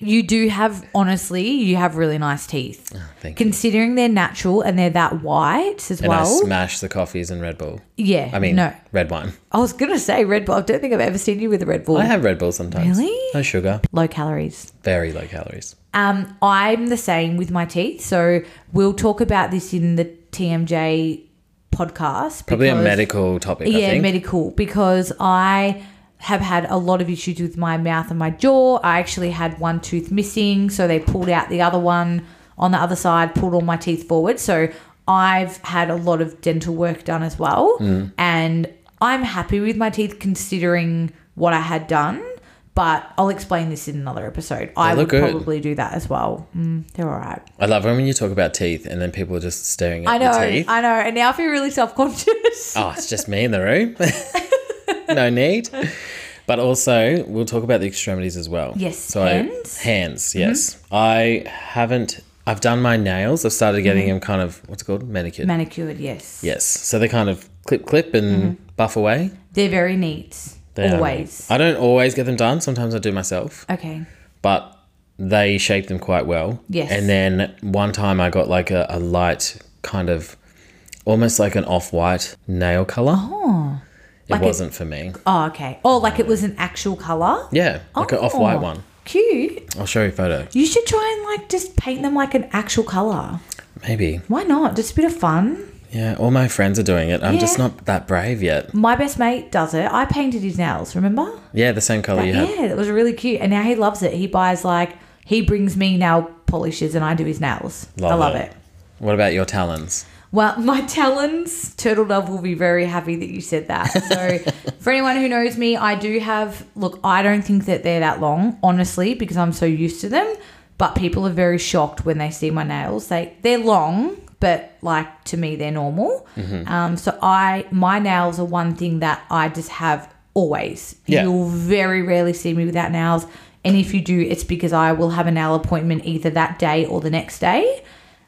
Speaker 2: you do have, honestly, you have really nice teeth.
Speaker 1: Thank you.
Speaker 2: Considering they're natural and they're that white as
Speaker 1: And I
Speaker 2: well.
Speaker 1: smash the coffees and Red Bull.
Speaker 2: yeah.
Speaker 1: I mean,
Speaker 2: no.
Speaker 1: red wine.
Speaker 2: I was going to say Red Bull. I don't think I've ever seen you with a Red Bull.
Speaker 1: I have Red Bull sometimes.
Speaker 2: Really?
Speaker 1: No sugar,
Speaker 2: Low calories.
Speaker 1: very low calories.
Speaker 2: Um, I'm the same with my teeth, so we'll talk about this in the TMJ podcast.
Speaker 1: Probably a
Speaker 2: because-
Speaker 1: medical topic, I
Speaker 2: yeah,
Speaker 1: think.
Speaker 2: medical because I have had a lot of issues with my mouth and my jaw. I actually had one tooth missing, so they pulled out the other one on the other side, pulled all my teeth forward. So I've had a lot of dental work done as well,
Speaker 1: Mm.
Speaker 2: and I'm happy with my teeth considering what I had done. But I'll explain this in another episode. I would
Speaker 1: look good.
Speaker 2: probably do that as well. Mm, they're all right.
Speaker 1: I love it when you talk about teeth and then people are just staring at
Speaker 2: I know,
Speaker 1: your teeth.
Speaker 2: I know. And now I feel really self conscious.
Speaker 1: oh, it's just me in the room. no need. But also, we'll talk about the extremities as well.
Speaker 2: Yes,
Speaker 1: So
Speaker 2: hands. Mm-hmm.
Speaker 1: hands, yes. I haven't. I've done my nails. I've started
Speaker 2: Mm-hmm.
Speaker 1: getting them kind of what's it called manicured.
Speaker 2: Manicured, yes.
Speaker 1: yes. So they kind of clip, clip, and buff away.
Speaker 2: They're very neat.
Speaker 1: They are-
Speaker 2: Mm-hmm. always.
Speaker 1: I don't always get them done. Sometimes I do myself,
Speaker 2: okay.
Speaker 1: but they shape them quite well.
Speaker 2: Yes.
Speaker 1: And then one time I got like a, a light kind of, almost like an off-white nail color. Oh. It
Speaker 2: Like a-
Speaker 1: wasn't for me.
Speaker 2: Oh, okay. Oh, like it was an actual colour?
Speaker 1: Yeah, like an
Speaker 2: Oh,
Speaker 1: off-white one.
Speaker 2: Cute.
Speaker 1: I'll show you a photo.
Speaker 2: You should try and like just paint them like an actual colour.
Speaker 1: Maybe.
Speaker 2: Why not? Just a bit of fun.
Speaker 1: Yeah, all my friends are doing it. I'm just
Speaker 2: Yeah.
Speaker 1: not that brave yet.
Speaker 2: My best mate does it. I painted his nails, remember?
Speaker 1: Yeah, the same color you
Speaker 2: yeah,
Speaker 1: had.
Speaker 2: that was really cute. And now he loves it. He buys like, he brings me nail polishes and I do his nails. I
Speaker 1: Love
Speaker 2: love
Speaker 1: it.
Speaker 2: it.
Speaker 1: What about your talons?
Speaker 2: Well, my talons, Turtle Dove will be very happy that you said that. So, for anyone who knows me, I do have, look, I don't think that they're that long, honestly, because I'm so used to them. But people are very shocked when they see my nails. They, they're long, but like to me, they're normal.
Speaker 1: Mm-hmm.
Speaker 2: Um, so, I, my nails are one thing that I just have always.
Speaker 1: Yeah.
Speaker 2: You'll very rarely see me without nails. And if you do, it's because I will have a nail appointment either that day or the next day.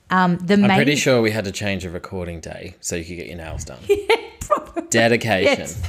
Speaker 2: Um, the
Speaker 1: I'm
Speaker 2: main
Speaker 1: pretty sure we had to change a recording day so you could get your nails done. yeah, probably. Dedication.
Speaker 2: Yes.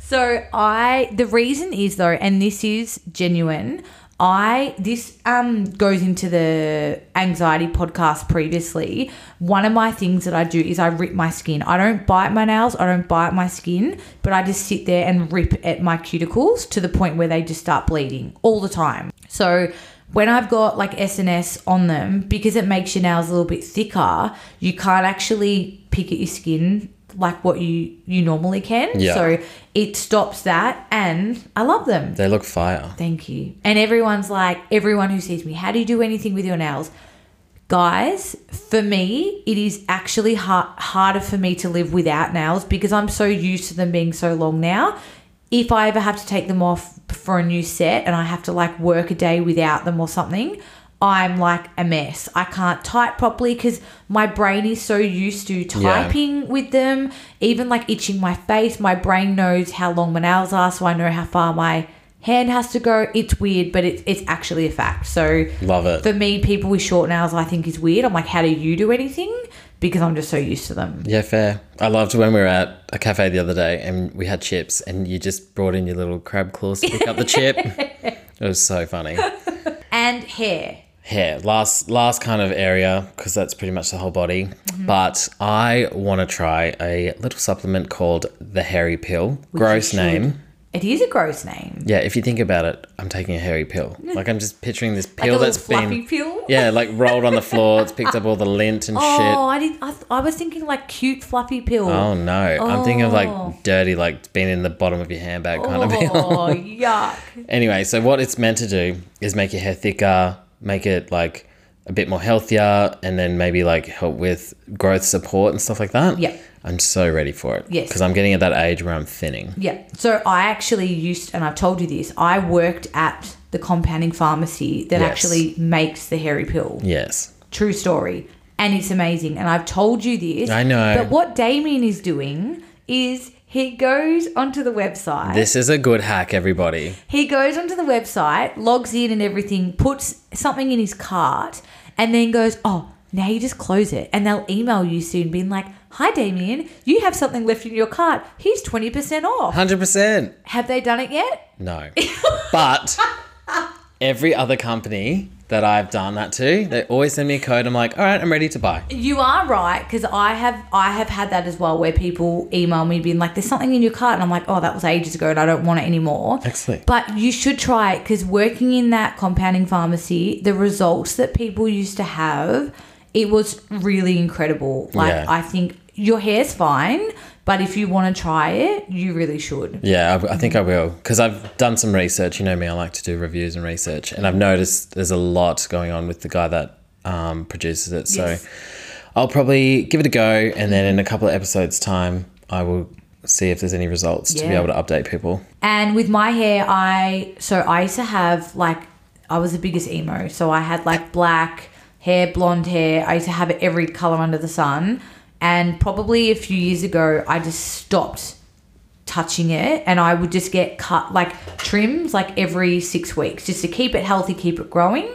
Speaker 2: So I the reason is though, and this is genuine. I this um goes into the anxiety podcast previously. One of my things that I do is I rip my skin. I don't bite my nails, I don't bite my skin, but I just sit there and rip at my cuticles to the point where they just start bleeding all the time. So when I've got like SNS on them, because it makes your nails a little bit thicker, you can't actually pick at your skin like what you you normally can.
Speaker 1: Yeah.
Speaker 2: So it stops that and I love them.
Speaker 1: They look fire.
Speaker 2: Thank you. And everyone's like, everyone who sees me, how do you do anything with your nails? Guys, for me, it is actually har harder for me to live without nails because I'm so used to them being so long now. If I ever have to take them off for a new set and I have to like work a day without them or something, I'm like a mess. I can't type properly because my brain is so used to typing typing with them, even like itching my face. My brain knows how long my nails are, so I know how far my hand has to go. It's weird, but it's it's actually a fact. So
Speaker 1: Love it.
Speaker 2: for me, people with short nails, I think is weird. I'm like, how do you do anything? Because I'm just so used to them.
Speaker 1: yeah, fair. I loved when we were at a cafe the other day and we had chips and you just brought in your little crab claws to pick up the chip. It was so funny.
Speaker 2: And hair.
Speaker 1: hair last last kind of area because that's pretty much the whole body
Speaker 2: Mm-hmm.
Speaker 1: but i want to try a little supplement called the hairy pill gross
Speaker 2: should.
Speaker 1: name
Speaker 2: It is a gross name.
Speaker 1: yeah if you think about it i'm taking a hairy pill like i'm just picturing this
Speaker 2: Like
Speaker 1: pill
Speaker 2: a little
Speaker 1: that's
Speaker 2: fluffy
Speaker 1: been
Speaker 2: pill.
Speaker 1: yeah like rolled on the floor it's picked up all the lint and
Speaker 2: Oh,
Speaker 1: shit
Speaker 2: I did. I, th- I was thinking like cute fluffy pill.
Speaker 1: oh no i'm thinking of
Speaker 2: Oh.
Speaker 1: like dirty like being in the bottom of your handbag kind of pill
Speaker 2: Oh, yuck.
Speaker 1: Anyway, so what it's meant to do is make your hair thicker, make it like a bit more healthier, and then maybe like help with growth support and stuff like that.
Speaker 2: Yep.
Speaker 1: I'm so ready for it.
Speaker 2: Yes.
Speaker 1: Because I'm getting at that age where I'm thinning.
Speaker 2: Yeah. So I actually used, and I've told you this, I worked at the compounding pharmacy that
Speaker 1: Yes.
Speaker 2: actually makes the hairy pill.
Speaker 1: Yes.
Speaker 2: True story. And it's amazing. And I've told you this.
Speaker 1: I know.
Speaker 2: But what Damien is doing is he goes onto the website.
Speaker 1: This is a good hack, everybody.
Speaker 2: He goes onto the website, logs in and everything, puts something in his cart, and then goes, Oh, now you just close it. And they'll email you soon, being like, Hi, Damien, you have something left in your cart. Here's 20% off.
Speaker 1: 100%.
Speaker 2: Have they done it yet?
Speaker 1: No. but every other company that I've done that to, they always send me a code. I'm like, all right, I'm ready to buy.
Speaker 2: You are right because I have I have had that as well, where people email me being like, "There's something in your cart," and I'm like, "Oh, that was ages ago, and I don't want it anymore."
Speaker 1: Excellent.
Speaker 2: But you should try it because working in that compounding pharmacy, the results that people used to have, it was really incredible. Like
Speaker 1: Yeah.
Speaker 2: I think your hair's fine, But if you want to try it, you really should.
Speaker 1: Yeah, I, I think I will because I've done some research. You know me, I like to do reviews and research, and I've noticed there's a lot going on with the guy that um, produces it. So
Speaker 2: Yes.
Speaker 1: I'll probably give it a go, and then in a couple of episodes' time, I will see if there's any results to be
Speaker 2: Yeah.
Speaker 1: able to update people.
Speaker 2: And with my hair, I so I used to have like I was the biggest emo, so I had like black hair, blonde hair. I used to have every color under the sun. And probably a few years ago, I just stopped touching it, and I would just get cut like trims like every six weeks just to keep it healthy, keep it growing.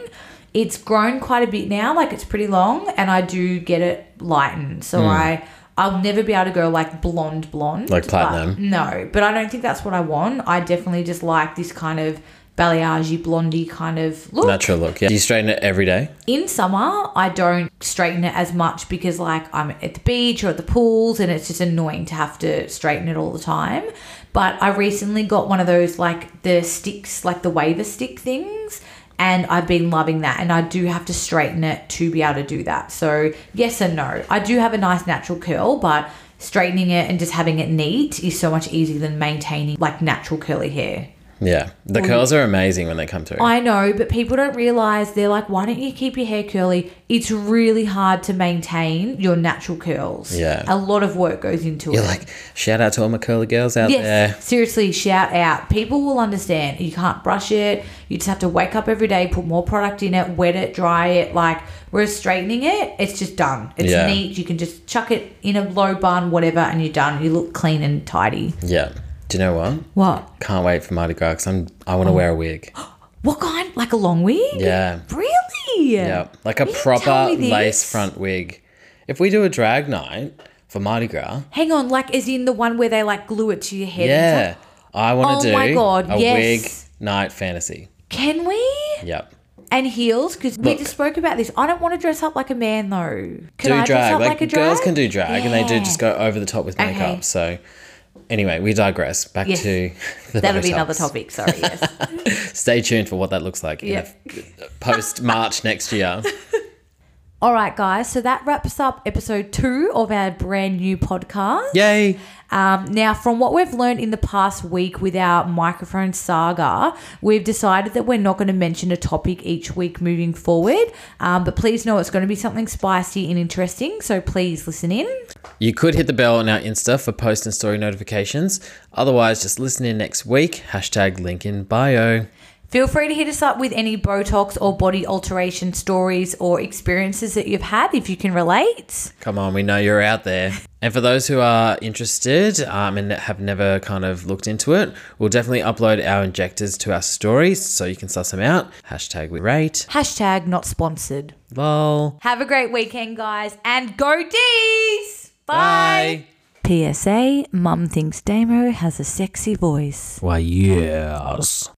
Speaker 2: It's grown quite a bit now, like it's pretty long, and I do get it lightened. So I I'll never be able to go like blonde blonde
Speaker 1: Hmm. Like
Speaker 2: but-
Speaker 1: platinum.
Speaker 2: no, but I don't think that's what I want. I definitely just like this kind of balayage blondie kind of look.
Speaker 1: Natural look. Yeah, do you straighten it every day?
Speaker 2: In summer, I don't straighten it as much because like I'm at the beach or at the pools and it's just annoying to have to straighten it all the time. But I recently got one of those like the sticks, like the waver stick things. And I've been loving that, and I do have to straighten it to be able to do that. So, yes and no. I do have a nice natural curl, but straightening it and just having it neat is so much easier than maintaining like natural curly hair.
Speaker 1: Yeah, the curls are amazing when they come through.
Speaker 2: I know, but people don't realize they're like, why don't you keep your hair curly? It's really hard to maintain your natural curls.
Speaker 1: Yeah.
Speaker 2: A lot of work goes into
Speaker 1: You're
Speaker 2: it.
Speaker 1: like, shout out to all my curly girls out
Speaker 2: yes.
Speaker 1: there.
Speaker 2: Seriously, shout out. People will understand. You can't brush it. You just have to wake up every day, put more product in it, wet it, dry it. Like, whereas straightening it, it's just done. It's
Speaker 1: Yeah.
Speaker 2: neat. You can just chuck it in a low bun, whatever, and you're done. You look clean and tidy.
Speaker 1: Yeah. Do you know what?
Speaker 2: What?
Speaker 1: Can't wait for Mardi Gras. 'cause I'm. I
Speaker 2: Oh.
Speaker 1: want to wear a wig.
Speaker 2: What kind? Like a long wig?
Speaker 1: Yeah.
Speaker 2: Really?
Speaker 1: Yeah, like a
Speaker 2: You didn't tell
Speaker 1: proper
Speaker 2: me this.
Speaker 1: lace front wig. If we do a drag night for Mardi Gras,
Speaker 2: Hang on, like as in the one where they like glue it to your head.
Speaker 1: yeah,
Speaker 2: and
Speaker 1: I want to
Speaker 2: Oh
Speaker 1: do
Speaker 2: my God,
Speaker 1: a
Speaker 2: yes.
Speaker 1: wig night fantasy.
Speaker 2: stuff. Can we?
Speaker 1: Yep.
Speaker 2: And heels, because we
Speaker 1: Look.
Speaker 2: just spoke about this. I don't want to dress up like a man though. Can
Speaker 1: do
Speaker 2: I dress
Speaker 1: drag.
Speaker 2: up
Speaker 1: Like,
Speaker 2: like, a drag?
Speaker 1: girls can do drag and they do
Speaker 2: Yeah.
Speaker 1: just go over the top with
Speaker 2: Okay.
Speaker 1: makeup. So anyway, we digress. Back
Speaker 2: Yes.
Speaker 1: to the
Speaker 2: That'll be
Speaker 1: Botox.
Speaker 2: another topic. Sorry. Yes.
Speaker 1: Stay tuned for what that looks like
Speaker 2: Yeah.
Speaker 1: in the post March next year.
Speaker 2: All right, guys. So that wraps up episode two of our brand new podcast.
Speaker 1: Yay!
Speaker 2: Um, now, from what we've learned in the past week with our microphone saga, we've decided that we're not going to mention a topic each week moving forward. Um, but please know it's going to be something spicy and interesting. So please listen in.
Speaker 1: You could hit the bell on our Insta for post and story notifications. Otherwise, just listen in next week. Hashtag link in bio.
Speaker 2: Feel free to hit us up with any Botox or body alteration stories or experiences that you've had if you can relate.
Speaker 1: Come on, we know you're out there. And for those who are interested um, and have never kind of looked into it, we'll definitely upload our injectors to our stories so you can suss them out. Hashtag we rate.
Speaker 2: Hashtag not sponsored.
Speaker 1: Lol.
Speaker 2: Have a great weekend, guys, and go D's! Bye.
Speaker 1: Bye.
Speaker 2: PSA Mum thinks Damo has a sexy voice.
Speaker 1: Why, yes.